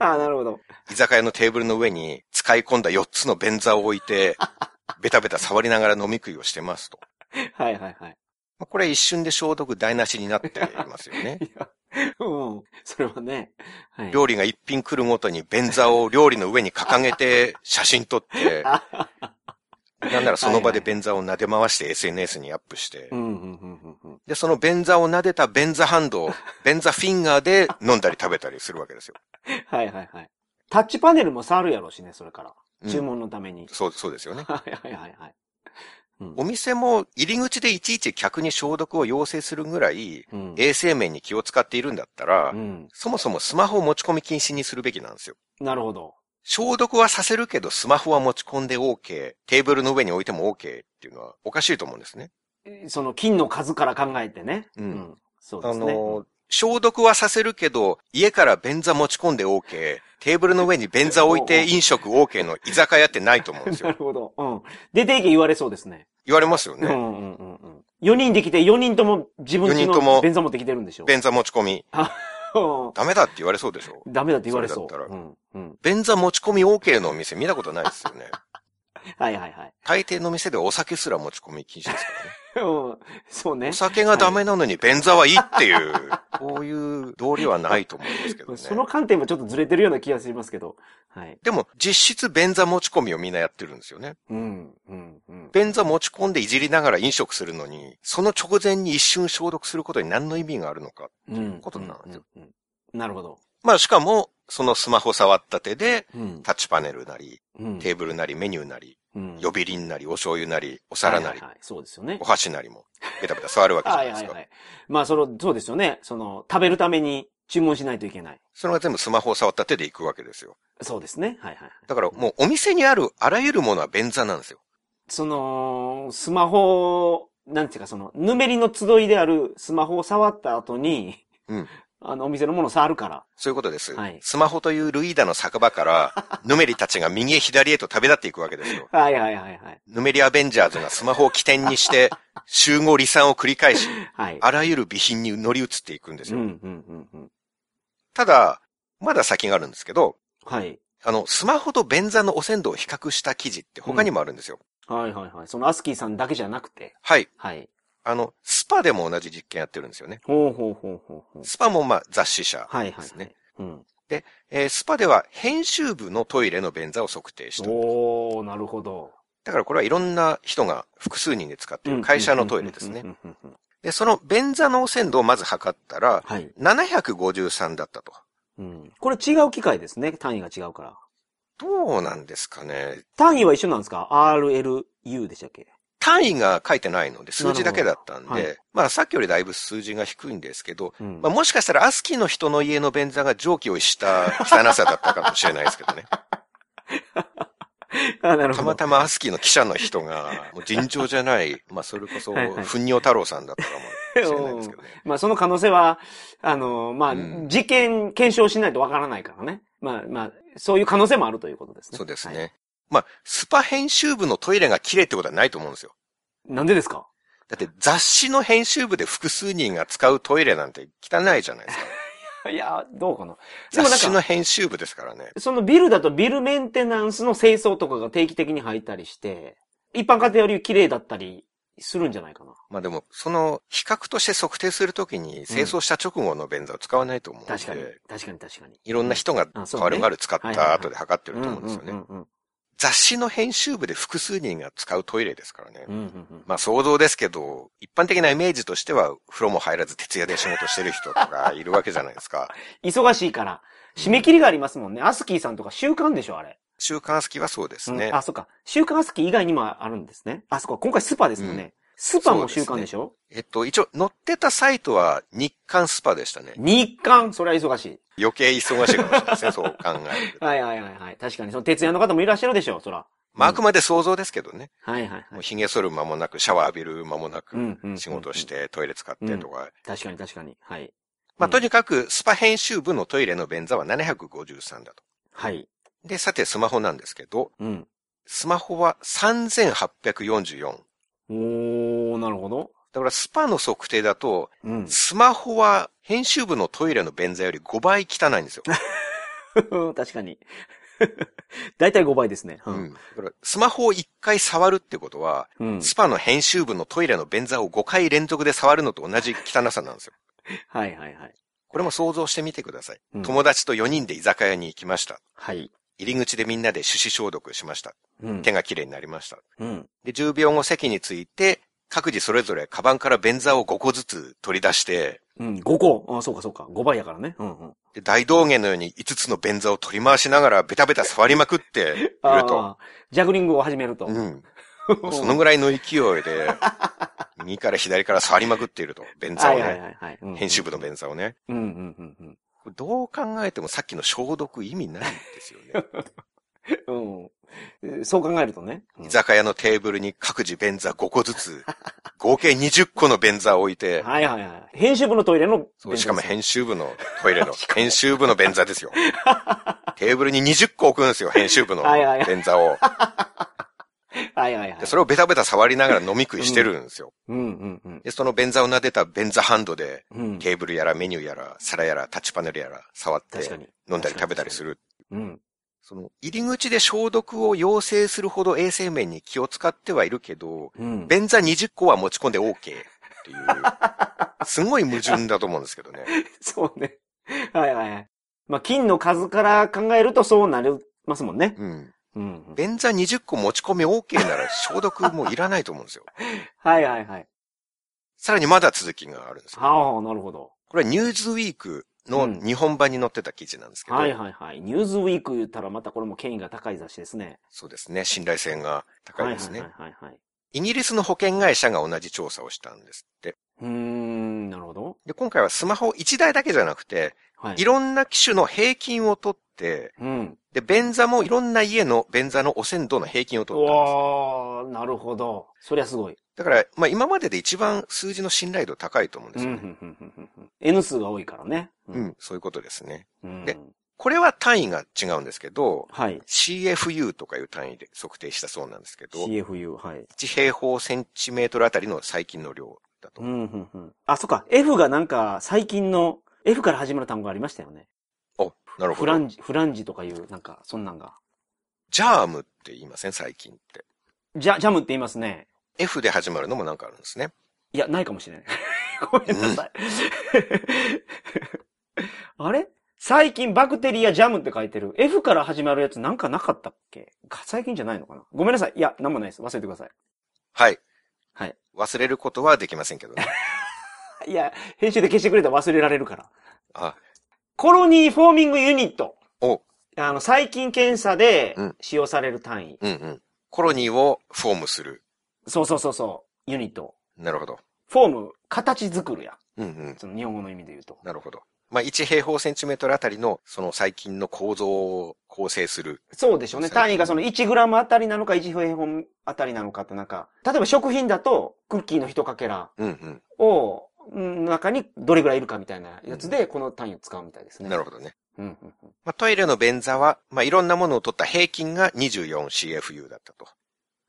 [SPEAKER 1] ああ、なるほど。
[SPEAKER 2] 居酒屋のテーブルの上に使い込んだ4つの便座を置いて、ベタベタ触りながら飲み食いをしてますと。
[SPEAKER 1] はいはいはい。
[SPEAKER 2] まあこれ一瞬で消毒台無しになっていますよ
[SPEAKER 1] (laughs)
[SPEAKER 2] ね。
[SPEAKER 1] いや、うん。それはね。はい。
[SPEAKER 2] 料理が一品来るごとに便座を料理の上に掲げて写真撮って、なんならその場で便座を撫で回して SNS にアップして
[SPEAKER 1] う、んうんうんうんうん。
[SPEAKER 2] で、その便座を撫でた便座ハ
[SPEAKER 1] (laughs)
[SPEAKER 2] ンドを、便座フィンガーで飲んだり食べたりするわけですよ。
[SPEAKER 1] はいはいはい。タッチパネルも触るやろうしね、それから。
[SPEAKER 2] うん
[SPEAKER 1] 注文のために。
[SPEAKER 2] そう、そうですよ
[SPEAKER 1] (laughs)
[SPEAKER 2] ね。
[SPEAKER 1] はいはいはいはい。うん
[SPEAKER 2] お店も入り口でいちいち客に消毒を要請するぐらい、
[SPEAKER 1] うん
[SPEAKER 2] 衛生面に気を使っているんだったら、
[SPEAKER 1] うん。
[SPEAKER 2] そもそもスマホを持ち込み禁止にするべきなんですよ。
[SPEAKER 1] なるほど。
[SPEAKER 2] 消毒はさせるけど、スマホは持ち込んで OK、テーブルの上に置いても OK っていうのはおかしいと思うんですね。
[SPEAKER 1] その金の数から考えてね。
[SPEAKER 2] うん
[SPEAKER 1] そうで
[SPEAKER 2] あ
[SPEAKER 1] すね。
[SPEAKER 2] のー、消毒はさせるけど、家から便座持ち込んで OK、テーブルの上に便座置いて飲食 OK の居酒屋ってないと思うんです
[SPEAKER 1] な
[SPEAKER 2] よ
[SPEAKER 1] る。ほど。うん。出ていけ言われそうですね。
[SPEAKER 2] 言われますよ
[SPEAKER 1] うんう
[SPEAKER 2] ね。
[SPEAKER 1] んうんうん。4人できて、4人とも自分家
[SPEAKER 2] 四人とも
[SPEAKER 1] の便座持ってきてるんでしょ。
[SPEAKER 2] 便座持ち込み、
[SPEAKER 1] う
[SPEAKER 2] ダメだって言われそうでしょ。
[SPEAKER 1] んダメだって言われそう。
[SPEAKER 2] それだった
[SPEAKER 1] うん。うん。
[SPEAKER 2] 便座持ち込み OK のお店見たことないですよね。
[SPEAKER 1] はいはいはい。
[SPEAKER 2] 大抵の店ではお酒すら持ち込み禁止ですからね。
[SPEAKER 1] うん。そうね
[SPEAKER 2] お。酒がダメなのに便座はいいっていう、こういう道理はないと思うんですけどね。
[SPEAKER 1] その観点もちょっとずれてるような気がしますけど。はい。
[SPEAKER 2] でも実質便座持ち込みをみんなやってるんですよね。
[SPEAKER 1] うん。うん。うん。
[SPEAKER 2] 便座持ち込んでいじりながら飲食するのに、その直前に一瞬消毒することに何の意味があるのか。
[SPEAKER 1] うん。
[SPEAKER 2] ことになるんですよ
[SPEAKER 1] うん。うんなるほど。
[SPEAKER 2] まあしかも、そのスマホ触った手で、
[SPEAKER 1] うん。
[SPEAKER 2] タッチパネルなり、
[SPEAKER 1] うん
[SPEAKER 2] テーブルなり、メニューなり、
[SPEAKER 1] うん
[SPEAKER 2] 呼び鈴なり、お醤油なり、お皿なり
[SPEAKER 1] はい、はいはいそうですよね
[SPEAKER 2] お。箸なりも、ベタベタ触るわけじゃ
[SPEAKER 1] は
[SPEAKER 2] ない
[SPEAKER 1] い
[SPEAKER 2] で
[SPEAKER 1] は
[SPEAKER 2] す
[SPEAKER 1] いは
[SPEAKER 2] か。
[SPEAKER 1] い。まあ、その、そうですよね。その、食べるために注文しないといけない。
[SPEAKER 2] それが全部スマホを触った手で行くわけですよ。
[SPEAKER 1] そうですね。はいはいはい。
[SPEAKER 2] だからもうお店にあるあらゆるものは便座なんですよ。
[SPEAKER 1] その、スマホ、なんていうか、その、ぬめりの集いであるスマホを触った後に、
[SPEAKER 2] うん
[SPEAKER 1] あの、お店のものを触るから。
[SPEAKER 2] そういうことです。
[SPEAKER 1] はい
[SPEAKER 2] スマホというルイーダの酒場
[SPEAKER 1] (laughs)
[SPEAKER 2] から、ヌメリたちが右へ左へと旅立っていくわけですよ。
[SPEAKER 1] はいはいはいはい。
[SPEAKER 2] ヌメリアベンジャーズがスマホを起点
[SPEAKER 1] (laughs)
[SPEAKER 2] にして、集合離散を繰り返し、
[SPEAKER 1] はい。
[SPEAKER 2] あらゆる備品に乗り移っていくんです
[SPEAKER 1] うん
[SPEAKER 2] よ。
[SPEAKER 1] うんうんうん。
[SPEAKER 2] ただ、まだ先があるんですけど、
[SPEAKER 1] はい。
[SPEAKER 2] あの、スマホと便座の汚染度を比較した記事って他にもあるんですよ。
[SPEAKER 1] はいはいはい。その、アスキーさんだけじゃなくて。
[SPEAKER 2] はい。
[SPEAKER 1] はい。
[SPEAKER 2] あの、スパでも同じ実験やってるんですよね。
[SPEAKER 1] ほうほうほうほうほう。
[SPEAKER 2] スパもまあ雑誌社。
[SPEAKER 1] はいはい
[SPEAKER 2] で
[SPEAKER 1] は
[SPEAKER 2] すね
[SPEAKER 1] い。うん。
[SPEAKER 2] えースパでは編集部のトイレの便座を測定した。
[SPEAKER 1] おー、なるほど。
[SPEAKER 2] だからこれはいろんな人が複数人で使っている会社のトイレですね
[SPEAKER 1] う。んうんうんうんうんうん。
[SPEAKER 2] で、その便座の汚染度をまず測ったら、
[SPEAKER 1] はい。
[SPEAKER 2] 753だったと。
[SPEAKER 1] うん。これ違う機械ですね。単位が違うから。
[SPEAKER 2] どうなんですかね。
[SPEAKER 1] 単位は一緒なんですか ?RLU でしたっけ
[SPEAKER 2] 単位が書いてないので、数字だけだったんで、
[SPEAKER 1] なるほどは
[SPEAKER 2] まあさっきよりだいぶ数字が低いんですけど、
[SPEAKER 1] うん
[SPEAKER 2] まあもしかしたらアスキーの人の家の便座が蒸気をした汚さだったかもしれないですけどね。
[SPEAKER 1] (laughs) あ、なる
[SPEAKER 2] た
[SPEAKER 1] ほ
[SPEAKER 2] ま
[SPEAKER 1] ど。
[SPEAKER 2] たまアスキーの記者の人
[SPEAKER 1] (laughs)
[SPEAKER 2] が、もう尋常じゃない、まあそれこそ、
[SPEAKER 1] はいはい
[SPEAKER 2] ふんにお太郎さんだったかもしれないですけどね。
[SPEAKER 1] まあ、その可能性は、あの、まあ
[SPEAKER 2] うん、
[SPEAKER 1] 事件検証しないとわからないからね。まあ、まあ、そういう可能性もあるということですね。
[SPEAKER 2] そうですね。
[SPEAKER 1] はい。
[SPEAKER 2] まあ、スパ編集部のトイレが綺麗ってことはないと思うんですよ。
[SPEAKER 1] なんでですか
[SPEAKER 2] だって雑誌の編集部で複数人が使うトイレなんて汚いじゃないですか。
[SPEAKER 1] いや、どうかな。でも
[SPEAKER 2] 雑
[SPEAKER 1] なん
[SPEAKER 2] 誌の
[SPEAKER 1] か、
[SPEAKER 2] 編集部ですからね。
[SPEAKER 1] そのビルだとビルメンテナンスの清掃とかが定期的に入ったりして、一般家庭より綺麗だったりするんじゃないかな。
[SPEAKER 2] まあでも、その比較として測定するときに清掃した直後の便座を使わないと思うんで、
[SPEAKER 1] 確かに。確かに確かに。
[SPEAKER 2] いろんな人が
[SPEAKER 1] あそうね
[SPEAKER 2] 代わる代わる使っ
[SPEAKER 1] はいはいは
[SPEAKER 2] た
[SPEAKER 1] い
[SPEAKER 2] 後で測って
[SPEAKER 1] う
[SPEAKER 2] る
[SPEAKER 1] ん
[SPEAKER 2] と
[SPEAKER 1] う
[SPEAKER 2] 思うん
[SPEAKER 1] ん
[SPEAKER 2] ですよ
[SPEAKER 1] う
[SPEAKER 2] ね。
[SPEAKER 1] んうん。
[SPEAKER 2] 雑誌の編集部で複数人が使うトイレですからね
[SPEAKER 1] う。んうんうん。
[SPEAKER 2] まあ想像ですけど、一般的なイメージとしては、風呂も入らず徹夜で仕事してる人とかいるわけじゃないですか。
[SPEAKER 1] (laughs) 忙しいから。締め切りがありますもんね。アスキーさんとか週刊でしょ、あれ。
[SPEAKER 2] 週刊好きはそうです
[SPEAKER 1] う
[SPEAKER 2] ね
[SPEAKER 1] ん。あ、そっか。週刊アスキー以外にもあるんですね。あ、そっか。今回スパですもんね。
[SPEAKER 2] う
[SPEAKER 1] スパも週刊でしょ
[SPEAKER 2] えっと、一応載ってたサイトは日刊スパでしたね。
[SPEAKER 1] 日刊それは忙しい。
[SPEAKER 2] 余計忙しいかもしれない
[SPEAKER 1] (laughs)
[SPEAKER 2] ですね、そう考えると。
[SPEAKER 1] はいはいはいはい。確かに、その徹夜の方もいらっしゃるでしょ、そら。
[SPEAKER 2] まああくまで想像ですけどね。
[SPEAKER 1] はいはいは
[SPEAKER 2] もう
[SPEAKER 1] い。
[SPEAKER 2] 髭剃る間もなく、シャワー浴びる間もな
[SPEAKER 1] うん
[SPEAKER 2] く
[SPEAKER 1] うんうんう、ん
[SPEAKER 2] 仕事して、トイレ使ってとか。
[SPEAKER 1] 確かに確かに。はい。
[SPEAKER 2] ま
[SPEAKER 1] う
[SPEAKER 2] あ
[SPEAKER 1] ん
[SPEAKER 2] とにかく、スパ編集部のトイレの便座は753だと。
[SPEAKER 1] はい。
[SPEAKER 2] で、さてスマホなんですけど、
[SPEAKER 1] うん。
[SPEAKER 2] スマホは3844。
[SPEAKER 1] おー、なるほど。
[SPEAKER 2] だからスパの測定だと、
[SPEAKER 1] うん。
[SPEAKER 2] スマホは編集部のトイレの便座より5倍汚いんですよ。
[SPEAKER 1] (laughs) 確かに。だいたい5倍ですね。う
[SPEAKER 2] うん。だからスマホを1回触るってことは、
[SPEAKER 1] うん。
[SPEAKER 2] スパの編集部のトイレの便座を5回連続で触るのと同じ汚さなんですよ。
[SPEAKER 1] はいはいはい。
[SPEAKER 2] これも想像してみてください。
[SPEAKER 1] うん
[SPEAKER 2] 友達と4人で居酒屋に行きました。
[SPEAKER 1] はい。
[SPEAKER 2] 入り口でみんなで手指消毒しました。
[SPEAKER 1] うん
[SPEAKER 2] 手。がきれいになりました。
[SPEAKER 1] うん。
[SPEAKER 2] で、10秒後席に着いて、各自それぞれカバンから便座を5個ずつ取り出して、
[SPEAKER 1] うん。5個。あ、そうかそうか。5倍やからね。うんうん。
[SPEAKER 2] で大道芸のように5つの便座を取り回しながらベタベタ触りまくっていると。
[SPEAKER 1] あージャグリングを始めると。
[SPEAKER 2] うん。そのぐらいの勢い
[SPEAKER 1] (laughs)
[SPEAKER 2] で、右から左から触りまくっていると。便座を
[SPEAKER 1] はい
[SPEAKER 2] ね。
[SPEAKER 1] はいはいはい。うん
[SPEAKER 2] 編集部の便座をね。
[SPEAKER 1] うんうんうんうん。
[SPEAKER 2] これどう考えてもさっきの消毒意味ないんですよね。
[SPEAKER 1] うん。そう考えるとね。
[SPEAKER 2] 居酒屋のテーブルに各自便座5個ずつ、合計20個の便座を置い
[SPEAKER 1] (laughs)
[SPEAKER 2] て、
[SPEAKER 1] はいはいはい。編集部のトイレの。
[SPEAKER 2] そうしかも編集部の
[SPEAKER 1] (laughs)
[SPEAKER 2] トイレの、編集部の便座ですよ。テーブルに20個置くんですよ、編集部の
[SPEAKER 1] はいはいはい
[SPEAKER 2] 便座を。
[SPEAKER 1] はいはいはい
[SPEAKER 2] で。それをベタベタ触りながら飲み食いしてるんですよ。
[SPEAKER 1] うんうんうん。
[SPEAKER 2] で、その便座を撫でた便座ハンドで、
[SPEAKER 1] うん。
[SPEAKER 2] テーブルやらメニューやら、皿やらタッチパネルやら触って
[SPEAKER 1] 確かに。
[SPEAKER 2] 飲んだり食べたりする。
[SPEAKER 1] うん。
[SPEAKER 2] その、入り口で消毒を要請するほど衛生面に気を使ってはいるけど、
[SPEAKER 1] うん。
[SPEAKER 2] 便座20個は持ち込んで OK っていう、
[SPEAKER 1] (laughs)
[SPEAKER 2] すごい矛盾だと思うんですけどね。
[SPEAKER 1] そうね。はいはいはい。まあ、金の数から考えるとそうなりますもんね。
[SPEAKER 2] うん。
[SPEAKER 1] うん。
[SPEAKER 2] 便座20個持ち込み OK なら消毒もいらないと思うんですよ。 (laughs)
[SPEAKER 1] はいはいはい。
[SPEAKER 2] さらにまだ続きがあるんですよ。
[SPEAKER 1] ああ、なるほど。
[SPEAKER 2] これはニューズウィークの
[SPEAKER 1] うん
[SPEAKER 2] 日本版に載ってた記事なんですけど、
[SPEAKER 1] はいはいはい。ニューズウィーク言ったらまたこれも権威が高い雑誌ですね。
[SPEAKER 2] そうですね、信頼性が高いですね、
[SPEAKER 1] はいはいはいはい。
[SPEAKER 2] イギリスの保険会社が同じ調査をしたんですって。
[SPEAKER 1] うーん、なるほど。
[SPEAKER 2] で、今回はスマホ1台だけじゃなくて、
[SPEAKER 1] はい。
[SPEAKER 2] いろんな機種の平均を取って、
[SPEAKER 1] うん。
[SPEAKER 2] で、便座もいろんな家の便座の汚染度の平均を取ったんです。
[SPEAKER 1] おー、なるほど。そりゃすごい。
[SPEAKER 2] だから、まあ今までで一番数字の信頼度高いと思うんで
[SPEAKER 1] うん
[SPEAKER 2] す
[SPEAKER 1] う
[SPEAKER 2] よ
[SPEAKER 1] ん
[SPEAKER 2] ね。
[SPEAKER 1] うんうんうんうん N 数が多いからね。
[SPEAKER 2] うん、そういうことですね。
[SPEAKER 1] うん
[SPEAKER 2] でこれは単位が違うんですけど、
[SPEAKER 1] はい。
[SPEAKER 2] CFU とかいう単位で測定したそうなんですけど、
[SPEAKER 1] CFU、はい。
[SPEAKER 2] 1平方センチメートルあたりの細菌の量だと。
[SPEAKER 1] うん、うん、うん。あ、そっか。F がなんか、最近の、F から始まる単語がありましたよね。
[SPEAKER 2] お、なるほ
[SPEAKER 1] フラ
[SPEAKER 2] ど。
[SPEAKER 1] ンジ、フランジとかいう、なんか、そんなんが。
[SPEAKER 2] ジャームって言いません細菌って。
[SPEAKER 1] ジャ、ジャムって言いますね。
[SPEAKER 2] F で始まるのもなんかあるんですね。
[SPEAKER 1] いや、ないかもしれない。 (laughs) ごめんなさい。あれ最近バクテリアジャムって書いてる。F から始まるやつなんかなかったっけか最近じゃないのかなごめんなさい。いや、なんもないです。忘れてくださ
[SPEAKER 2] はい。
[SPEAKER 1] はい。
[SPEAKER 2] 忘れることはできませんけどね。
[SPEAKER 1] い。いや、編集で消してくれたら忘れられるから。
[SPEAKER 2] あ、
[SPEAKER 1] コロニーフォーミングユニット。
[SPEAKER 2] お、
[SPEAKER 1] あの、細菌検査で
[SPEAKER 2] うん
[SPEAKER 1] 使用される単位。
[SPEAKER 2] うんうん。コロニーをフォームする。
[SPEAKER 1] そうそうそうそう、ユニット。
[SPEAKER 2] なるほど。
[SPEAKER 1] フォーム、形作るやん。
[SPEAKER 2] うんうん。
[SPEAKER 1] その日本語の意味で言うと。
[SPEAKER 2] なるほど。まあ、1平方センチメートルあたりの、その細菌の構造を構成する。
[SPEAKER 1] そうでしょうね。単位がその1グラムあたりなのか1平方あたりなのかってなんか、例えば食品だと、クッキーの一かけら
[SPEAKER 2] うんうん。
[SPEAKER 1] を、ん中にどれぐらいいるかみたいなやつで、この単位を使うみたいですね。
[SPEAKER 2] なるほどね。
[SPEAKER 1] うんうんうん
[SPEAKER 2] まあ、トイレの便座は、まあ、いろんなものを取った平均が 24CFU だったと。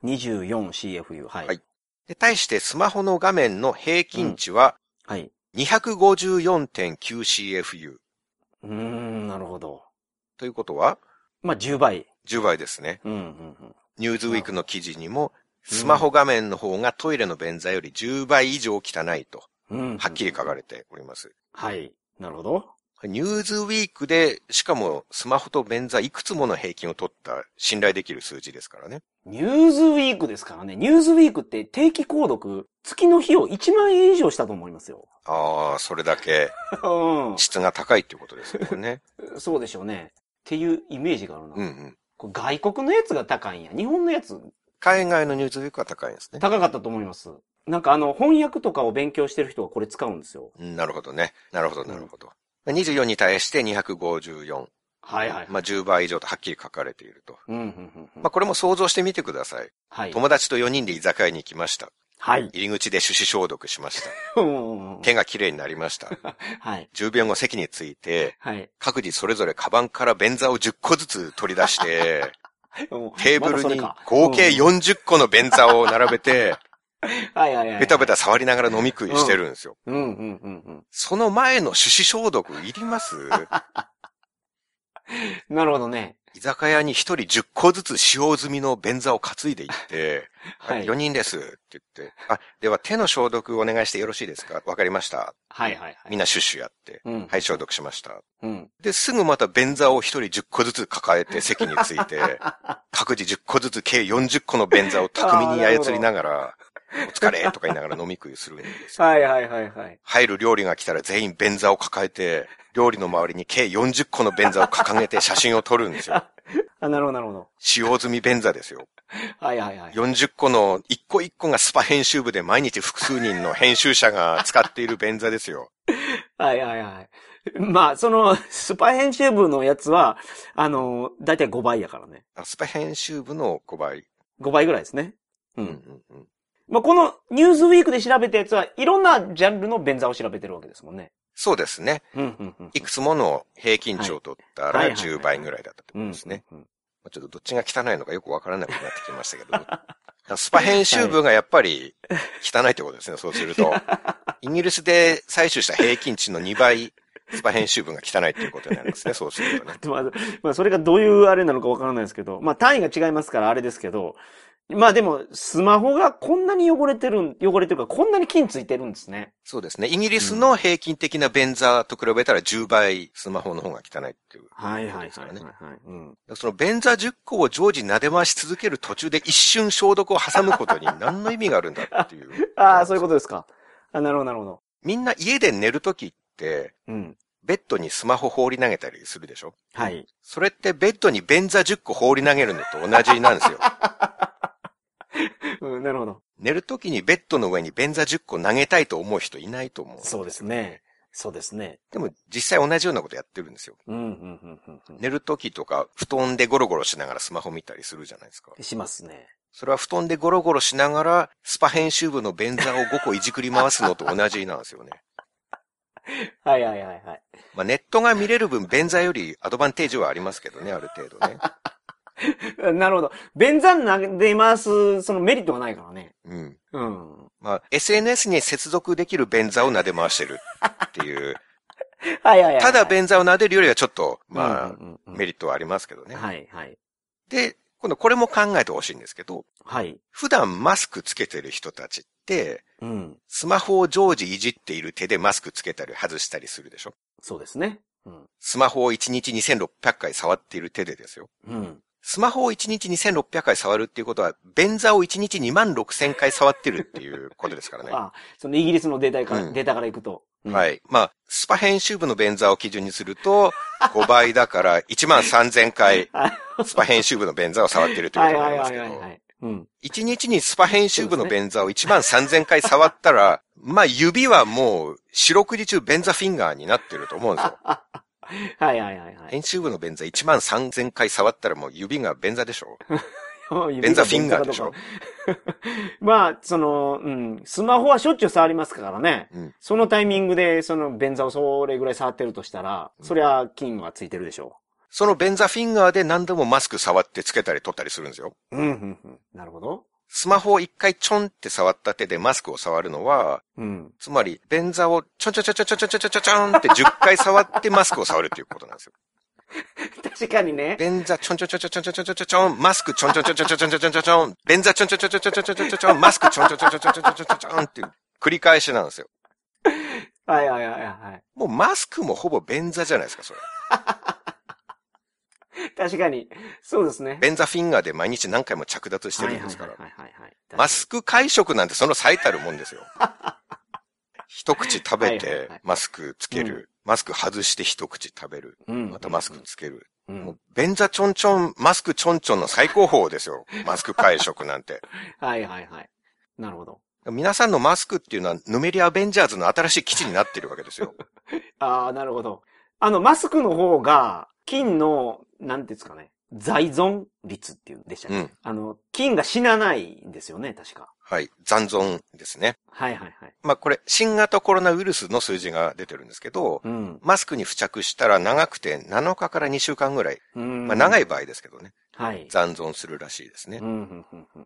[SPEAKER 1] 24CFU。はい。
[SPEAKER 2] は
[SPEAKER 1] はいい。
[SPEAKER 2] で、対してスマホの画面の平均値は 254.9CFU。
[SPEAKER 1] うーん、なるほど。
[SPEAKER 2] ということは、
[SPEAKER 1] まあ、10倍。
[SPEAKER 2] 10倍ですね。
[SPEAKER 1] うんうんうん。
[SPEAKER 2] ニューズウィークの記事にも、スマホ画面の方がトイレの便座より10倍以上汚いと、
[SPEAKER 1] うん。
[SPEAKER 2] はっきり書かれております。
[SPEAKER 1] はい。なるほど。
[SPEAKER 2] ニューズウィークで、しかもスマホと便座いくつもの平均を取った信頼できる数字ですからね。
[SPEAKER 1] ニューズウィークですからね。ニューズウィークって定期購読、月の費用1万円以上したと思いますよ。
[SPEAKER 2] ああ、それだけ
[SPEAKER 1] う
[SPEAKER 2] 質が高いっていうことです
[SPEAKER 1] (laughs)
[SPEAKER 2] よね。
[SPEAKER 1] ん。そうでしょうね。っていうイメージがあるな。
[SPEAKER 2] うんうん。
[SPEAKER 1] これ外国のやつが高いんや。日本のやつ
[SPEAKER 2] 海外のニューズウィークは高いんですね。
[SPEAKER 1] 高かったと思います。なんかあの、翻訳とかを勉強してる人はこれ使うんですよ。
[SPEAKER 2] うんなるほどね。なるほど、なるほど。まあ24に対して254。
[SPEAKER 1] はいはい。
[SPEAKER 2] まあ、10倍以上とはっきり書かれていると。
[SPEAKER 1] うん、うん、うんうん。
[SPEAKER 2] まあ、これも想像してみてください。
[SPEAKER 1] はい。
[SPEAKER 2] 友達と4人で居酒屋に行きました。 (laughs)
[SPEAKER 1] はい。
[SPEAKER 2] 入り口で手指消毒しました。
[SPEAKER 1] うんうんうん
[SPEAKER 2] 手がきれいになりました。
[SPEAKER 1] はい。
[SPEAKER 2] 10秒後席に着いて、
[SPEAKER 1] はい。
[SPEAKER 2] 各自それぞれカバンから便座を10個ずつ取り出
[SPEAKER 1] (laughs)
[SPEAKER 2] して、テーブルに合計
[SPEAKER 1] うん
[SPEAKER 2] 40個の便座を並
[SPEAKER 1] (laughs)
[SPEAKER 2] べて、
[SPEAKER 1] はいはいはい。
[SPEAKER 2] ベタベタ触りながら飲み食いしてるんですよ。
[SPEAKER 1] うんうんうんうん。
[SPEAKER 2] その前の手指消毒いります
[SPEAKER 1] なるほどね。
[SPEAKER 2] 居酒屋に1人10個ずつ使用済みの便座を担いでいって、
[SPEAKER 1] (laughs) はい。
[SPEAKER 2] 4人ですって言って、あ、では手の消毒お願いしてよろしいですかわかりました。
[SPEAKER 1] はいはいはい。
[SPEAKER 2] みんなシュッシュやって、
[SPEAKER 1] うん。
[SPEAKER 2] はい、消毒しました。
[SPEAKER 1] うん。
[SPEAKER 2] で、すぐまた便座を一人10個ずつ抱えて席につ
[SPEAKER 1] (laughs)
[SPEAKER 2] いて、各自10個ずつ計40個の便座を巧みに操りな
[SPEAKER 1] (laughs)
[SPEAKER 2] がら、お疲れとか言いながら飲み食いするんですよ。
[SPEAKER 1] はいはいはいはい。
[SPEAKER 2] 入る料理が来たら全員便座を抱えて、料理の周りに計40個の便座を掲げて写真を撮るんですよ。
[SPEAKER 1] あ、なるほどなるほど。
[SPEAKER 2] 使用済み便座ですよ。
[SPEAKER 1] はいはいはい。
[SPEAKER 2] 40個の1個1個がスパ編集部で毎日複数人の編集者が使っている便座で
[SPEAKER 1] (laughs)
[SPEAKER 2] すよ。
[SPEAKER 1] はいはいはい。まあ、その、スパ編集部のやつは、あの、だいたい5倍やからね。
[SPEAKER 2] あスパ編集部の5倍。
[SPEAKER 1] 5倍ぐらいですね。う。
[SPEAKER 2] うんんうんうん
[SPEAKER 1] まあ、このニュースウィークで調べたやつはいろんなジャンルの便座を調べてるわけですもんね。
[SPEAKER 2] そうですね。
[SPEAKER 1] うんうんうん。
[SPEAKER 2] いくつもの平均値を取ったら
[SPEAKER 1] はいはいはい
[SPEAKER 2] 10倍ぐらいだったって
[SPEAKER 1] う
[SPEAKER 2] こ
[SPEAKER 1] ん
[SPEAKER 2] と
[SPEAKER 1] うん
[SPEAKER 2] ですね。。
[SPEAKER 1] うん
[SPEAKER 2] まあちょっとどっちが汚いのかよくわからなくなってきましたけど。だ
[SPEAKER 1] (laughs)
[SPEAKER 2] からスパ編集部がやっぱり汚いってことですね、そう
[SPEAKER 1] (laughs)
[SPEAKER 2] すると。イギリスで採取した平均値の2倍、スパ編集部が汚いっていうことになりますね、そうするとね。
[SPEAKER 1] でまあ、まあ、それがどういうあれなのかわからないですけど、まあ、単位が違いますからあれですけど、まあでも、スマホがこんなに汚れてるん、汚れてるから、こんなに菌ついてるんですね。
[SPEAKER 2] そうですね。イギリスの平均的な便座と比べたら10倍スマホの方が汚いっていう。
[SPEAKER 1] はい
[SPEAKER 2] はいはいはい
[SPEAKER 1] うん。
[SPEAKER 2] その便座10個を常時撫で回し続ける途中で一瞬消毒を挟むこと (laughs) に何の意味があるんだっていう。
[SPEAKER 1] ああ、そういうことですか。あ、なるほど、なるほど。
[SPEAKER 2] みんな家で寝るときって、
[SPEAKER 1] うん。
[SPEAKER 2] ベッドにスマホ放り投げたりするでしょ
[SPEAKER 1] はい。
[SPEAKER 2] それってベッドに便座10個放り投げるのと同じなんです (laughs) よ。
[SPEAKER 1] うん、なるほど。
[SPEAKER 2] 寝るときにベッドの上に便座10個投げたいと思う人いないと思う。
[SPEAKER 1] そうですね。そうですね。
[SPEAKER 2] でも実際同じようなことやってるんですよ。
[SPEAKER 1] うん、うん、うん、うんう
[SPEAKER 2] 寝るときとか布団でゴロゴロしながらスマホ見たりするじゃないですか。
[SPEAKER 1] ん。しますね。
[SPEAKER 2] それは布団でゴロゴロしながらスパ編集部の便座を5個いじくり回すのと同じなんです
[SPEAKER 1] (laughs)
[SPEAKER 2] よね。
[SPEAKER 1] はいはいはいはい。
[SPEAKER 2] まあネットが見れる分便座よりアドバンテージはありますけどね、ある程度ね。
[SPEAKER 1] うん (laughs) なるほど。便座投げます、そのメリットがないからね。
[SPEAKER 2] うん。
[SPEAKER 1] うん。
[SPEAKER 2] まあ、SNS に接続できる便座を撫で回してるって
[SPEAKER 1] (laughs)
[SPEAKER 2] いう。
[SPEAKER 1] はいはいはいはい。
[SPEAKER 2] ただ便座を撫でるよりはちょっと、
[SPEAKER 1] う
[SPEAKER 2] ま
[SPEAKER 1] んうんう
[SPEAKER 2] あ、
[SPEAKER 1] ん
[SPEAKER 2] メリットはありますけどね。
[SPEAKER 1] はいはい。
[SPEAKER 2] で、今度これも考えてほしいんですけど、
[SPEAKER 1] はい。
[SPEAKER 2] 普段マスクつけてる人たちって、
[SPEAKER 1] うん。
[SPEAKER 2] スマホを常時いじっている手でマスクつけたり外したりするでしょ
[SPEAKER 1] そうですね。うん。
[SPEAKER 2] スマホを1日2600回触っている手でですよ。
[SPEAKER 1] うん。
[SPEAKER 2] スマホを1日2600回触るっていうことは、便座を1日26000回触ってるっていうことですから
[SPEAKER 1] (laughs)
[SPEAKER 2] ね。
[SPEAKER 1] あ、そのイギリスのデータから、
[SPEAKER 2] うん
[SPEAKER 1] データからいくと。うん
[SPEAKER 2] はい。まあ、スパ編集部の便座を基準にすると、5倍だから1万3000回、スパ編集部の便座を触ってるというこ
[SPEAKER 1] はいは
[SPEAKER 2] とになり
[SPEAKER 1] い
[SPEAKER 2] ます
[SPEAKER 1] は
[SPEAKER 2] け
[SPEAKER 1] い
[SPEAKER 2] ど
[SPEAKER 1] はい、はい。うん。
[SPEAKER 2] 1日にスパ編集部の便座を1万3000回触ったら、まあ指はもう四六時中便座フィンガーになってると思うん
[SPEAKER 1] (laughs)
[SPEAKER 2] ですよ。
[SPEAKER 1] はいはいはいはい。
[SPEAKER 2] 編集部の便座1万3000回触ったらもう指が便座でしょ
[SPEAKER 1] ベ
[SPEAKER 2] 便座フィンガーでしょ
[SPEAKER 1] (laughs) まあ、その、うん、スマホはしょっちゅう触りますからね。
[SPEAKER 2] うん
[SPEAKER 1] そのタイミングで、その便座をそれぐらい触ってるとしたら、そりゃ、菌はついてるでしょ
[SPEAKER 2] その便座フィンガーで何度もマスク触ってつけたり取ったりするんですよ。
[SPEAKER 1] う。うん、うん、うん。なるほど。
[SPEAKER 2] スマホを一回ちょんって触った手でマスクを触るのは、
[SPEAKER 1] うん。
[SPEAKER 2] つまり便座をちょんちょんちょんちょんちょんちょんちょんちょんちょんって10回触ってマスクを触るっていうことなんですよ。
[SPEAKER 1] (laughs) 確かにね。
[SPEAKER 2] 便座ちょんちょんちょんちょんちょんちょんちょんちょんちょん、マスクちょんちょんちょんちょんちょんちょんちょんちょんちょん、便座ちょんちょんちょんちょんちょんちょんちょんちょんちょんちょん、マスクちょんちょんちょんちょんちょんちょんちょんちょんちょんっていう繰り返しなんですよ。
[SPEAKER 1] はいはいはいは
[SPEAKER 2] もうマスクもほぼ便座じゃないですか、それ。
[SPEAKER 1] い。確かに。そうですね。
[SPEAKER 2] 便座フィンガーで毎日何回も着脱してるんですから
[SPEAKER 1] はい。はいはいはいはい。
[SPEAKER 2] マスク会食なんてその最たるも
[SPEAKER 1] (laughs)
[SPEAKER 2] んですよ。一口食べ
[SPEAKER 1] はいはい
[SPEAKER 2] て
[SPEAKER 1] はい、
[SPEAKER 2] マスクつけ
[SPEAKER 1] う
[SPEAKER 2] る。マスク外して一口食べる。
[SPEAKER 1] うん
[SPEAKER 2] またマスク。つける。
[SPEAKER 1] う。、
[SPEAKER 2] もうん便座ちょんちょん、マスクちょんちょんの最高峰ですよ。マスク会食な
[SPEAKER 1] (laughs)
[SPEAKER 2] んて。
[SPEAKER 1] はいはいはい。なるほど。
[SPEAKER 2] 皆さんのマスクっていうのは、ヌメリア・ベンジャーズの新しい基地になってるわけですよ。
[SPEAKER 1] (laughs) ああ、なるほど。あの、マスクの方が、菌の、なんていうんですかね、在存率っていうんでしたっけ、
[SPEAKER 2] うん
[SPEAKER 1] あの、菌が死なないんですよね、確か。
[SPEAKER 2] はい。残存ですね。
[SPEAKER 1] はいはいはい。
[SPEAKER 2] まあこれ、新型コロナウイルスの数字が出てるんですけど、
[SPEAKER 1] うん。
[SPEAKER 2] マスクに付着したら長くて7日から2週間ぐらい。
[SPEAKER 1] うん
[SPEAKER 2] まあ長
[SPEAKER 1] い。
[SPEAKER 2] い場合ですけどね。
[SPEAKER 1] はい。
[SPEAKER 2] 残存するらしいですね
[SPEAKER 1] うん、。うん、うん、うん。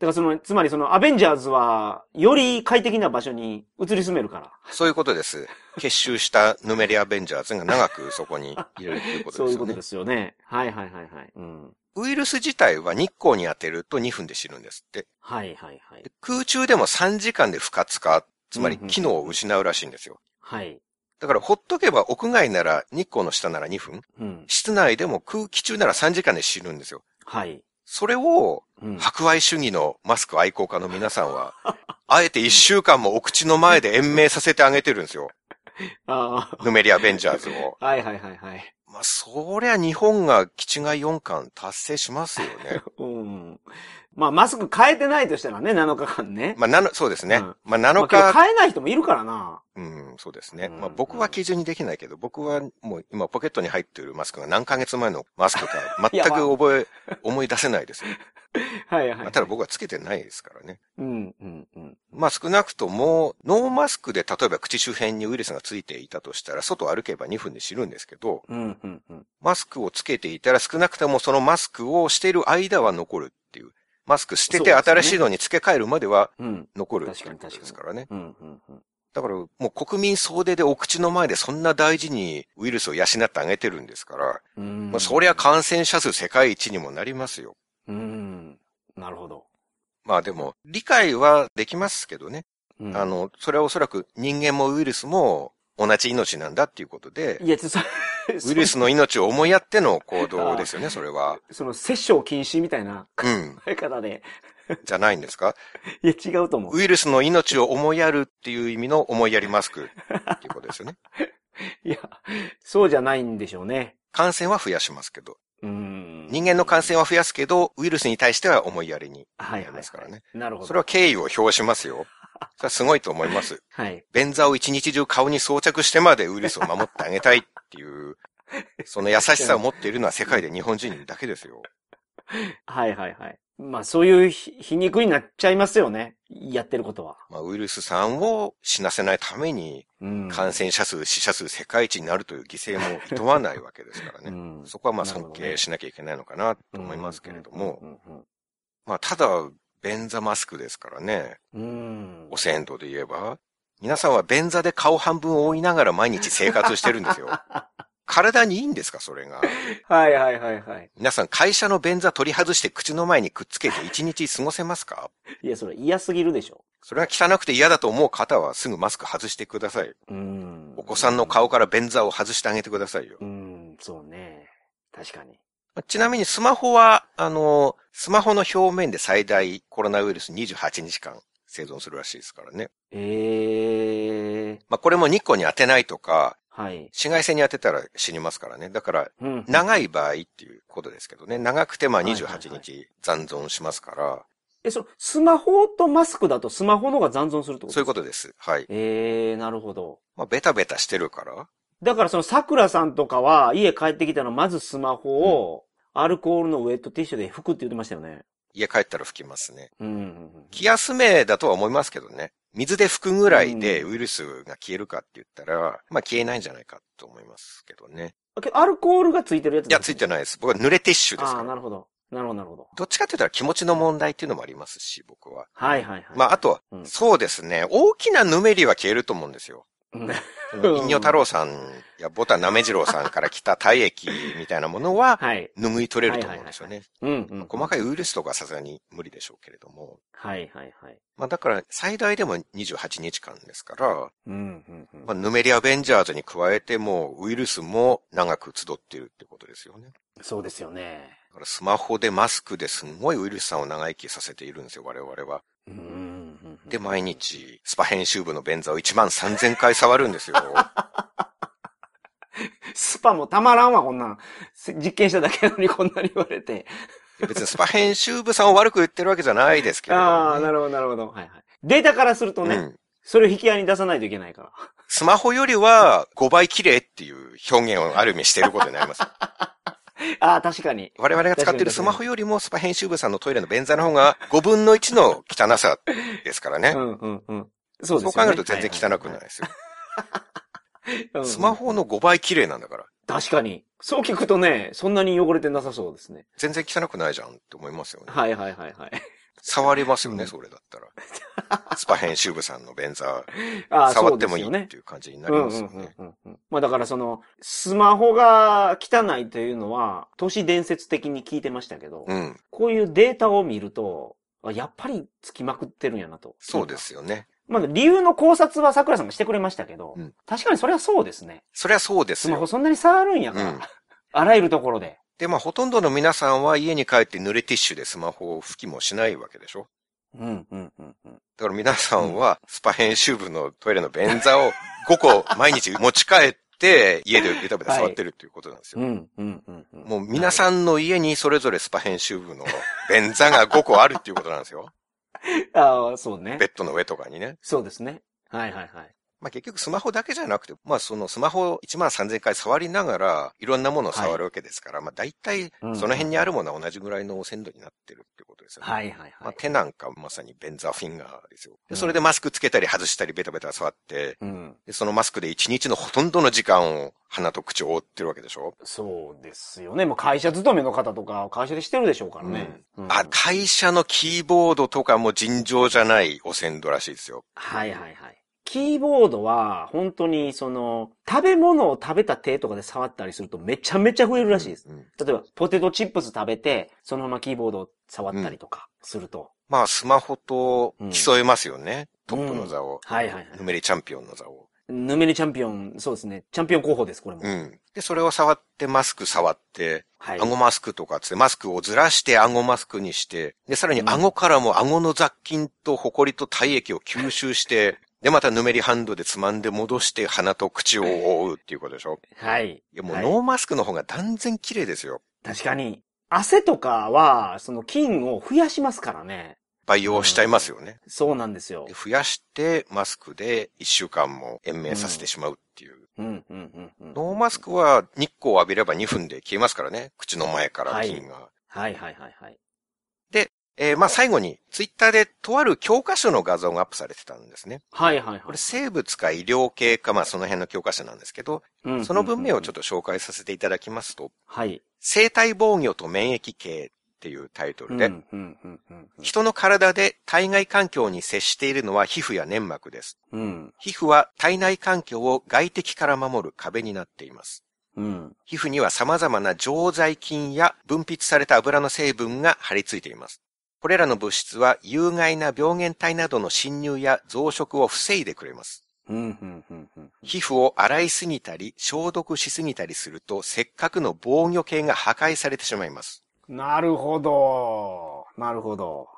[SPEAKER 1] だからその、つまりその、アベンジャーズは、より快適な場所に移り住めるから。
[SPEAKER 2] そういうことです。結集したヌメリア・ベンジャーズが長くそこにいるということ
[SPEAKER 1] そう
[SPEAKER 2] で
[SPEAKER 1] いう
[SPEAKER 2] すよ
[SPEAKER 1] こと
[SPEAKER 2] ね
[SPEAKER 1] で。すよね。はいはいはいはい。うん。
[SPEAKER 2] ウイルス自体は日光に当てると2分で死ぬんですって。
[SPEAKER 1] はいはいはい
[SPEAKER 2] で。空中でも3時間で不活化、つまり
[SPEAKER 1] うんうんうん
[SPEAKER 2] 機能を失うらしいんですよ。
[SPEAKER 1] はい。
[SPEAKER 2] だからほっとけば屋外なら日光の下なら2分、
[SPEAKER 1] うん。
[SPEAKER 2] 室内でも空気中なら3時間で死ぬんですよ。
[SPEAKER 1] はい。
[SPEAKER 2] それを
[SPEAKER 1] うん。
[SPEAKER 2] 博愛主義のマスク愛好家の皆さんは、あえて1週間もお口の前で延命させてあげてるんですよ。
[SPEAKER 1] あ
[SPEAKER 2] ヌメリア・ベンジャーズを。
[SPEAKER 1] あ。 (laughs) はいはいはいはい。
[SPEAKER 2] まあ、そりゃ日本が基地外4巻達成します
[SPEAKER 1] (laughs)
[SPEAKER 2] よね。
[SPEAKER 1] うん。まあ、マスク変えてないとしたらね、7日間ね。
[SPEAKER 2] まあ、なの、そうですね。
[SPEAKER 1] うん
[SPEAKER 2] まあ、7
[SPEAKER 1] まあ
[SPEAKER 2] 日、
[SPEAKER 1] 変えない人もいるからな。
[SPEAKER 2] うん、そうですね。
[SPEAKER 1] うん
[SPEAKER 2] まあ、僕は基準にできないけど、僕はもう今ポケットに入っているマスクが何ヶ月前のマ
[SPEAKER 1] (laughs)
[SPEAKER 2] スクか、全く覚え、思い出せないですよ。
[SPEAKER 1] はいはい
[SPEAKER 2] ま
[SPEAKER 1] は
[SPEAKER 2] あ、
[SPEAKER 1] い。
[SPEAKER 2] ただ僕はつけてないですからね。
[SPEAKER 1] うん、うん、うん。
[SPEAKER 2] まあ、少なくとも、ノーマスクで例えば口周辺にウイルスがついていたとしたら、外を歩けば2分で死ぬんですけど、
[SPEAKER 1] うん、うん、うん。
[SPEAKER 2] マスクをつけていたら少なくともそのマスクをしている間は残るっていう。マスク捨て
[SPEAKER 1] そう
[SPEAKER 2] て
[SPEAKER 1] ですね
[SPEAKER 2] 新しいのに付け替えるまでは
[SPEAKER 1] うん、
[SPEAKER 2] 残るって
[SPEAKER 1] 確か
[SPEAKER 2] いう
[SPEAKER 1] に
[SPEAKER 2] ことですからね。
[SPEAKER 1] うん、うん、うん。
[SPEAKER 2] だからもう国民総出でお口の前でそんな大事にウイルスを養ってあげてるんですから、
[SPEAKER 1] うん
[SPEAKER 2] まあそりゃ感染者数世界一にもなりますよ。
[SPEAKER 1] うん。なるほど。
[SPEAKER 2] まあでも、理解はできますけどね。
[SPEAKER 1] うん
[SPEAKER 2] あの、それはおそらく人間もウイルスも同じ命なんだっていうことで、
[SPEAKER 1] いや、ちょっと、
[SPEAKER 2] ウイルスの命を思いやっての行動
[SPEAKER 1] あ
[SPEAKER 2] ですよね、それ
[SPEAKER 1] (laughs)
[SPEAKER 2] は。
[SPEAKER 1] そ、その、殺傷禁止みたいな
[SPEAKER 2] うん、
[SPEAKER 1] 考え方で。
[SPEAKER 2] じゃないんですか
[SPEAKER 1] いや、違うと思う。
[SPEAKER 2] ウイルスの命を思いやるっていう意味の思いやりマスクっていうことですよね。
[SPEAKER 1] いや、そうじゃないんでしょうね。
[SPEAKER 2] 感染は増やしますけど、
[SPEAKER 1] うん。
[SPEAKER 2] 人間の感染は増やすけど、ウイルスに対しては思いやりに。
[SPEAKER 1] はいはい
[SPEAKER 2] やりますからね。
[SPEAKER 1] なるほど。
[SPEAKER 2] それは敬意を表しますよ。それはすごいと思います。
[SPEAKER 1] はい。
[SPEAKER 2] 便座を一日中顔に装着してまでウイルスを守ってあげたいって
[SPEAKER 1] (laughs)
[SPEAKER 2] いう、その優しさを持っているのは世界で日本人だけですよ。
[SPEAKER 1] はいはいはい。まあ、そういうひ皮肉になっちゃいますよね。やってることは。
[SPEAKER 2] まあ、ウイルスさんを死なせないために、
[SPEAKER 1] うん。
[SPEAKER 2] 感染者数、死者数世界一になるという犠牲も厭わないわけですからね。
[SPEAKER 1] うん
[SPEAKER 2] そこはまあ
[SPEAKER 1] なるほ
[SPEAKER 2] 尊
[SPEAKER 1] どね
[SPEAKER 2] 敬しなきゃいけないのかなと思いますけれども
[SPEAKER 1] う、んうん
[SPEAKER 2] まあただ、便座マスクですからね、
[SPEAKER 1] うんうん。うん
[SPEAKER 2] お銭湯で言えば、皆さんは便座で顔半分覆いながら毎日生活してるんですよ。体にいいんですかそれが。
[SPEAKER 1] はいはいはいはい。
[SPEAKER 2] 皆さん会社の便座取り外して口の前にくっつけて一日過ごせますか
[SPEAKER 1] いや、それ嫌すぎるでしょ。
[SPEAKER 2] それが汚くて嫌だと思う方はすぐマスク外してください。
[SPEAKER 1] うん。
[SPEAKER 2] お子さんの顔から便座を外してあげてくださいよ。
[SPEAKER 1] うん、そうね。確かに。
[SPEAKER 2] まあちなみにスマホは、あの、スマホの表面で最大コロナウイルス28日間生存するらしいですからね。
[SPEAKER 1] ええー、
[SPEAKER 2] まあ、これも日光に当てないとか、
[SPEAKER 1] はい。
[SPEAKER 2] 紫外線に当てたら死にますからね。だから、
[SPEAKER 1] うん。
[SPEAKER 2] 長い場合っていうことですけどね。長くてま
[SPEAKER 1] は
[SPEAKER 2] あ
[SPEAKER 1] いはいはい
[SPEAKER 2] 28日残存しますから、
[SPEAKER 1] え、その、スマホとマスクだとスマホの方が残存するってことですか
[SPEAKER 2] そういうことです。はい。
[SPEAKER 1] ええー、なるほど。
[SPEAKER 2] まあ、ベタベタしてるから、
[SPEAKER 1] だからその桜さんとかは家帰ってきたのまずスマホをアルコールのウェットティッシュで拭くって言ってましたよね。
[SPEAKER 2] 家帰ったら拭きますね。
[SPEAKER 1] うんうんうん。
[SPEAKER 2] 気休めだとは思いますけどね。水で拭くぐらいでウイルスが消えるかって言ったら、まあ消えないんじゃないかと思いますけどね。
[SPEAKER 1] けどアルコールがついてるやつ
[SPEAKER 2] いや、ついて
[SPEAKER 1] る
[SPEAKER 2] ないです。僕は濡れティッシュです
[SPEAKER 1] ああ
[SPEAKER 2] か
[SPEAKER 1] ー、な
[SPEAKER 2] ら。
[SPEAKER 1] るほど。なるほど、なるほど。
[SPEAKER 2] どっちかって言ったら気持ちの問題っていうのもありますし、僕は。
[SPEAKER 1] はいはいはい。
[SPEAKER 2] まあ、あとは、
[SPEAKER 1] うん
[SPEAKER 2] そうですね。大きなぬめりは消えると思うんですよ。
[SPEAKER 1] うん
[SPEAKER 2] うん陰陽太郎さんやボタンなめじろうさんから来た体液みたいなものは、
[SPEAKER 1] はい。
[SPEAKER 2] 拭い取れると思うんですよね。
[SPEAKER 1] うん、うん。
[SPEAKER 2] 細かいウイルスとかはさすがに無理でしょうけれども。
[SPEAKER 1] はいはいはい。
[SPEAKER 2] まあだから最大でも28日間ですから、
[SPEAKER 1] うん、うん、うん。
[SPEAKER 2] まあ、ヌメリアベンジャーズに加えてもウイルスも長く集っているってことですよね。
[SPEAKER 1] そうですよね。
[SPEAKER 2] だからスマホでマスクですんごいウイルスさんを長生きさせているんですよ、我々は。
[SPEAKER 1] うんうんうんうん。
[SPEAKER 2] で、毎日、スパ編集部の便座を1万3000回触る
[SPEAKER 1] (laughs)
[SPEAKER 2] んですよ。
[SPEAKER 1] スパもたまらんわ、こんなん。せ実験しただけなのにこんなに言われて。
[SPEAKER 2] 別にスパ編集部さんを悪く言ってるわけじゃないですけれどもね、
[SPEAKER 1] ああ、なるほど、なるほど。はいはい。データからするとね、
[SPEAKER 2] うん。
[SPEAKER 1] それを引き合いに出さないといけないから。
[SPEAKER 2] スマホよりは5倍綺麗っていう表現をある意味していることになります。
[SPEAKER 1] (laughs) ああ、確かに。
[SPEAKER 2] 我々が使ってるスマホよりもスパ編集部さんのトイレの便座の方が5分の1の汚さですからね
[SPEAKER 1] う。んうんうん。そうですよ
[SPEAKER 2] そう
[SPEAKER 1] ね。
[SPEAKER 2] 考えると全然汚くないですよ。
[SPEAKER 1] はい。
[SPEAKER 2] スマ
[SPEAKER 1] ホ
[SPEAKER 2] ホの5倍綺麗なんだから。
[SPEAKER 1] 確かに。そう聞くとね、そんなに汚れてなさそうですね。
[SPEAKER 2] 全然汚くないじゃんって思いますよね。
[SPEAKER 1] はいはいはいはい。 (laughs)
[SPEAKER 2] 触れますよ
[SPEAKER 1] う
[SPEAKER 2] ね、
[SPEAKER 1] ん
[SPEAKER 2] それだったら。
[SPEAKER 1] (laughs)
[SPEAKER 2] スパ編集部さんの便座、
[SPEAKER 1] ああ、
[SPEAKER 2] 触
[SPEAKER 1] そ
[SPEAKER 2] っ
[SPEAKER 1] うで
[SPEAKER 2] ても
[SPEAKER 1] す
[SPEAKER 2] いい
[SPEAKER 1] よ
[SPEAKER 2] っ
[SPEAKER 1] ね。
[SPEAKER 2] ていう感じにな
[SPEAKER 1] う
[SPEAKER 2] り
[SPEAKER 1] んう
[SPEAKER 2] ま
[SPEAKER 1] ん
[SPEAKER 2] す
[SPEAKER 1] う
[SPEAKER 2] よ
[SPEAKER 1] ん
[SPEAKER 2] ね。
[SPEAKER 1] うんうん。まあだからその、スマホが汚いというのは、都市伝説的に聞いてましたけど、
[SPEAKER 2] うん。
[SPEAKER 1] こういうデータを見ると、あやっぱりつきまくってるんやなと。
[SPEAKER 2] そうで。すよね。
[SPEAKER 1] まあ理由の考察は桜さんがしてくれましたけど、
[SPEAKER 2] うん
[SPEAKER 1] 確かにそれはそうですね。
[SPEAKER 2] そりゃそうです
[SPEAKER 1] スマホ
[SPEAKER 2] よ。
[SPEAKER 1] そんなに触るんやから、
[SPEAKER 2] うん
[SPEAKER 1] あらゆるところで。
[SPEAKER 2] で、まあ、ほとんどの皆さんは家に帰って濡れティッシュでスマホを拭きもしないわけでしょ
[SPEAKER 1] うんうんうんうん。
[SPEAKER 2] だから皆さんは、スパ編集部のトイレの便座を5個毎日持ち帰って、家でベタベタ触ってるっていうことなんですよ。
[SPEAKER 1] うんうんうんうん。
[SPEAKER 2] もう皆さんの家にそれぞれスパ編集部の便座が5個あるっていうことなんですよ。
[SPEAKER 1] ああ、そうね
[SPEAKER 2] ベ。ッドの上とかにね。
[SPEAKER 1] そうですね。はいはいはい。
[SPEAKER 2] まあ結局スマホだけじゃなくて、まあそのスマホ1万3000回触りながら、いろんなものを触るわけですから、まあ大体その辺にあるものは同じぐらいの鮮度になってるってことですよね。
[SPEAKER 1] はいはい
[SPEAKER 2] ま
[SPEAKER 1] は
[SPEAKER 2] あ
[SPEAKER 1] い。
[SPEAKER 2] 手なんかまさにベンザーフィンガーですよ。
[SPEAKER 1] う
[SPEAKER 2] で
[SPEAKER 1] ん
[SPEAKER 2] それでマスクつけたり外したりベタベタ触って、
[SPEAKER 1] うん。
[SPEAKER 2] で、そのマスクで一日のほとんどの時間を鼻と口を覆ってるわけでしょ、
[SPEAKER 1] そうですよね。もう会社勤めの方とか、会社でしてるでしょうからね。うん
[SPEAKER 2] あ、会社のキーボードとかも尋常じゃない汚染度らしいですよ。
[SPEAKER 1] はいはいはい。キーボードは、本当に、その、食べ物を食べた手とかで触ったりするとめちゃめちゃ増えるらしいです。
[SPEAKER 2] うんうん
[SPEAKER 1] 例えば、ポテトチップス食べて、そのままキーボードを触ったりとかすると。
[SPEAKER 2] まあスマホと競いますよね。
[SPEAKER 1] うん
[SPEAKER 2] トップの座を。
[SPEAKER 1] はいはいはい
[SPEAKER 2] ヌメリチャンピオンの座を。
[SPEAKER 1] ぬめりチャンピオン、そうですね。チャンピオン候補です、これも。
[SPEAKER 2] うん。で、それを触って、マスク触って、
[SPEAKER 1] はい。
[SPEAKER 2] 顎マスクとかつって、マスクをずらして、顎マスクにして、で、さらに
[SPEAKER 1] うん
[SPEAKER 2] 顎からも顎の雑菌と埃と体液を吸収して、で、またぬめりハンドでつまんで戻して、鼻と口を覆うっていうことでしょ。
[SPEAKER 1] はい。
[SPEAKER 2] いや、もう
[SPEAKER 1] はい
[SPEAKER 2] ノーマスクの方が断然綺麗ですよ。
[SPEAKER 1] 確かに。汗とかは、その菌を増やしますからね。
[SPEAKER 2] 培養しちゃいますよね。
[SPEAKER 1] そうなんですよ
[SPEAKER 2] で。増やして、マスクで一週間も延命させてしまうっていう。
[SPEAKER 1] うん、うん、うんうん。
[SPEAKER 2] ノーマスクは日光を浴びれば2分で消えますからね。口の前から菌が。
[SPEAKER 1] はいはいはいはい。
[SPEAKER 2] えーまあ最後に、ツイッターでとある教科書の画像がアップされてたんですね。
[SPEAKER 1] はいはい
[SPEAKER 2] こ
[SPEAKER 1] は
[SPEAKER 2] れ
[SPEAKER 1] い。
[SPEAKER 2] 生物か医療系か、まあその辺の教科書なんですけど、
[SPEAKER 1] うん
[SPEAKER 2] その文明をちょっ
[SPEAKER 1] っと。
[SPEAKER 2] と紹介させていただきますと、
[SPEAKER 1] はい。
[SPEAKER 2] 生体防御と免疫系っていうタイトルで、
[SPEAKER 1] うんうんうんうん
[SPEAKER 2] 人の体で体外環境に接しているのは皮膚や粘膜です。
[SPEAKER 1] うん。
[SPEAKER 2] 皮膚は体内環境を外敵から守る壁になっています。
[SPEAKER 1] うん。
[SPEAKER 2] 皮膚には様々な常在菌や分泌された油の成分が張り付いています。これらの物質は有害な病原体などの侵入や増殖を防いでくれます。
[SPEAKER 1] うん。うん。うん。うん。
[SPEAKER 2] 皮膚を洗いすぎたり消毒しすぎたりするとせっかくの防御系が破壊されてしまいます。
[SPEAKER 1] なるほど。なるほど。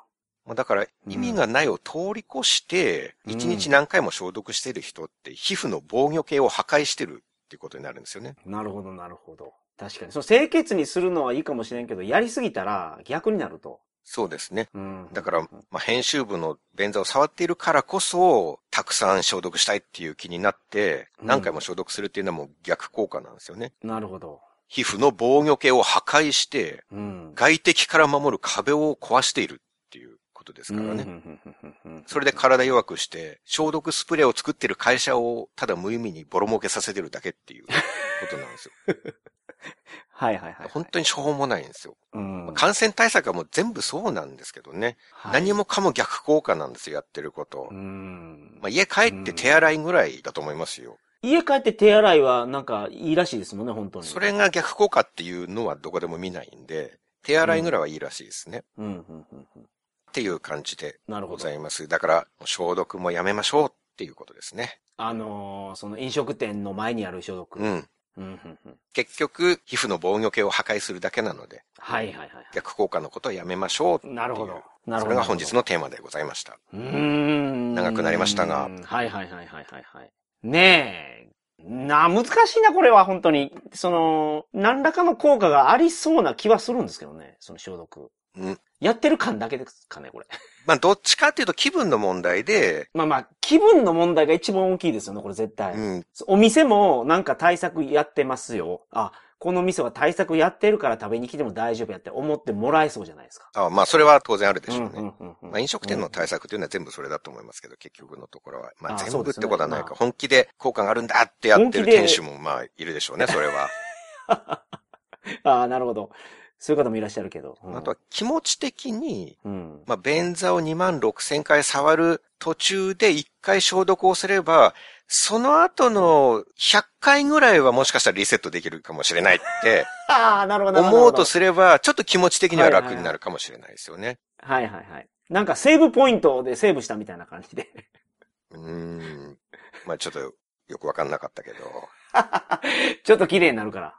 [SPEAKER 2] まあだから意味がないを通り越して、
[SPEAKER 1] うん
[SPEAKER 2] 一日何回も消毒している人って皮膚の防御系を破壊してるっていうことになるんですよね。
[SPEAKER 1] なるほど、なるほど。確かに。その清潔にするのはいいかもしれんけど、やりすぎたら逆になると。
[SPEAKER 2] そうですね。
[SPEAKER 1] うん。
[SPEAKER 2] だから、まあ、編集部の便座を触っているからこそ、たくさん消毒したいっていう気になって、
[SPEAKER 1] うん
[SPEAKER 2] 何回も消毒するっていうのはもう逆効果なんですよね。
[SPEAKER 1] なるほど。
[SPEAKER 2] 皮膚の防御系を破壊して、
[SPEAKER 1] うん。
[SPEAKER 2] 外敵から守る壁を壊しているっていうことですか
[SPEAKER 1] う
[SPEAKER 2] らね。
[SPEAKER 1] んうんうんうん
[SPEAKER 2] それで体弱くして、消毒スプレーを作ってる会社をただ無意味にボロ儲けさせてるだけっ
[SPEAKER 1] (laughs)
[SPEAKER 2] ていうことなんですよ。
[SPEAKER 1] はいはいはい。
[SPEAKER 2] 本当にしょうもないんですよ。
[SPEAKER 1] うん。
[SPEAKER 2] 感染対策はもう全部そうなんですけどね。
[SPEAKER 1] はい
[SPEAKER 2] 何。もかも逆効果なんですよ、やってること
[SPEAKER 1] う。ん
[SPEAKER 2] まあ、。家帰って手洗いぐらいだと思いますよ。
[SPEAKER 1] 家帰って手洗いはなんかいいらしいですもんね、本当に。
[SPEAKER 2] それが逆効果っていうのはどこでも見ないんで、手洗いぐらいはいいらしいですね。
[SPEAKER 1] うん。うんうんうん。
[SPEAKER 2] っていう感じで
[SPEAKER 1] なる
[SPEAKER 2] ご
[SPEAKER 1] ほ
[SPEAKER 2] ざ
[SPEAKER 1] ど。
[SPEAKER 2] います。だから、消毒もやめましょうっていうことですね。
[SPEAKER 1] あのーその飲食店の前にある消毒。
[SPEAKER 2] う。ん。
[SPEAKER 1] うんうんうん。
[SPEAKER 2] 結局、皮膚の防御系を破壊するだけなので、
[SPEAKER 1] はいはいはいはい。
[SPEAKER 2] 逆効果のことはやめましょう。
[SPEAKER 1] なるほど。なるほど。
[SPEAKER 2] それが本日のテーマでございました。
[SPEAKER 1] うーん。
[SPEAKER 2] 長くなりましたが
[SPEAKER 1] うんはいはいはいはいはいはい。ねえ。な、難しいな、これは、本当に。その、何らかの効果がありそうな気はするんですけどね、その消毒。
[SPEAKER 2] うん。
[SPEAKER 1] やってる感だけですかね、これ。
[SPEAKER 2] まあ、どっちかっていうと気分の問題で、
[SPEAKER 1] まあまあ、気分の問題が一番大きいですよね、これ絶対。
[SPEAKER 2] うん、
[SPEAKER 1] お店もなんか対策やってますよ。あ、この店は対策やってるから食べに来ても大丈夫やって思ってもらえそうじゃないですか。
[SPEAKER 2] あまあ、それは当然あるでしょうね。
[SPEAKER 1] うんうんうんうん
[SPEAKER 2] まあ、飲食店の対策というのは全部それだと思いますけど、結局のところは。まあ、
[SPEAKER 1] あ
[SPEAKER 2] 全
[SPEAKER 1] そう
[SPEAKER 2] 部
[SPEAKER 1] で
[SPEAKER 2] っ
[SPEAKER 1] す
[SPEAKER 2] て
[SPEAKER 1] ね
[SPEAKER 2] ことはない
[SPEAKER 1] ま
[SPEAKER 2] か。
[SPEAKER 1] あ
[SPEAKER 2] 本気でこう感があるんだってやって
[SPEAKER 1] 本
[SPEAKER 2] る
[SPEAKER 1] 気で
[SPEAKER 2] 店主もまあ、いるでしょうね、それは。
[SPEAKER 1] ああ、なるほど。そういう方もいらっしゃるけど。うん
[SPEAKER 2] あとは気持ち的に、
[SPEAKER 1] うん。
[SPEAKER 2] まあ、便座を2万6千回触る途中で1回消毒をすれば、その後の100回ぐらいはもしかしたらリセットできるかもしれないって
[SPEAKER 1] あ (laughs) あ、なるほど。なるほど
[SPEAKER 2] 思うとすれば、ちょっと気持ち的には楽になるかもしれないですよね。
[SPEAKER 1] はいはいはい。なんかセーブポイントでセーブしたみたいな感じで。 (laughs)
[SPEAKER 2] うーん。まあちょっとよくわかんなかったけど。
[SPEAKER 1] ちょっと綺麗になるから。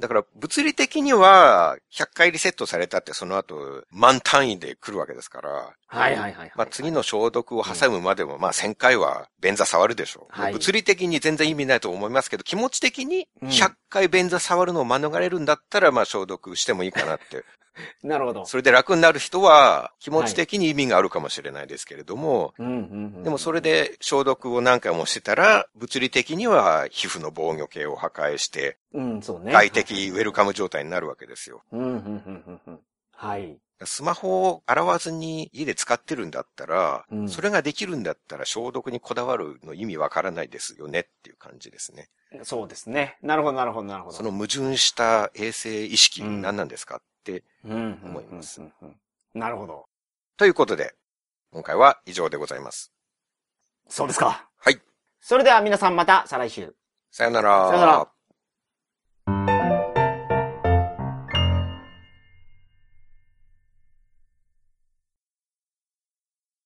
[SPEAKER 2] だから物理的には100回リセットされたってその後満単位で来るわけですから。
[SPEAKER 1] はいはいはいはい。
[SPEAKER 2] まあ次の消毒を挟むまでもまあ1000回は便座触るでしょう。
[SPEAKER 1] はい
[SPEAKER 2] 物理的に全然意味ないと思いますけど、気持ち的に
[SPEAKER 1] うん
[SPEAKER 2] 100回便座触るのを免れるんだったらまあ消毒してもいいか
[SPEAKER 1] (laughs)
[SPEAKER 2] なって。
[SPEAKER 1] なるほど。
[SPEAKER 2] それで楽になる人は気持ち的に意味があるかもしれないですけれども、
[SPEAKER 1] うんうんうん。
[SPEAKER 2] でもそれ。で消毒を何回もしてたら、物理的には皮膚の防御系を破壊して、
[SPEAKER 1] うん、そうね。
[SPEAKER 2] 外敵ウェルカム状態になるわけですよ。
[SPEAKER 1] うんうんうんうんうん。はい。
[SPEAKER 2] スマホを洗わずに家で使ってるんだったら、
[SPEAKER 1] うん
[SPEAKER 2] それができるんだったら消毒にこだわるの意味わからないですよねっていう感じですね。
[SPEAKER 1] そうですね。なるほどなるほどなるほど。
[SPEAKER 2] その矛盾した衛生意識何なんですかって。
[SPEAKER 1] うん、うんうん
[SPEAKER 2] 思います
[SPEAKER 1] うんうんなるほど。
[SPEAKER 2] ということで、今回は以上でございます。
[SPEAKER 1] そうですか。
[SPEAKER 2] はい。
[SPEAKER 1] それでは皆さんまた再来週。
[SPEAKER 2] さよな
[SPEAKER 1] さよなら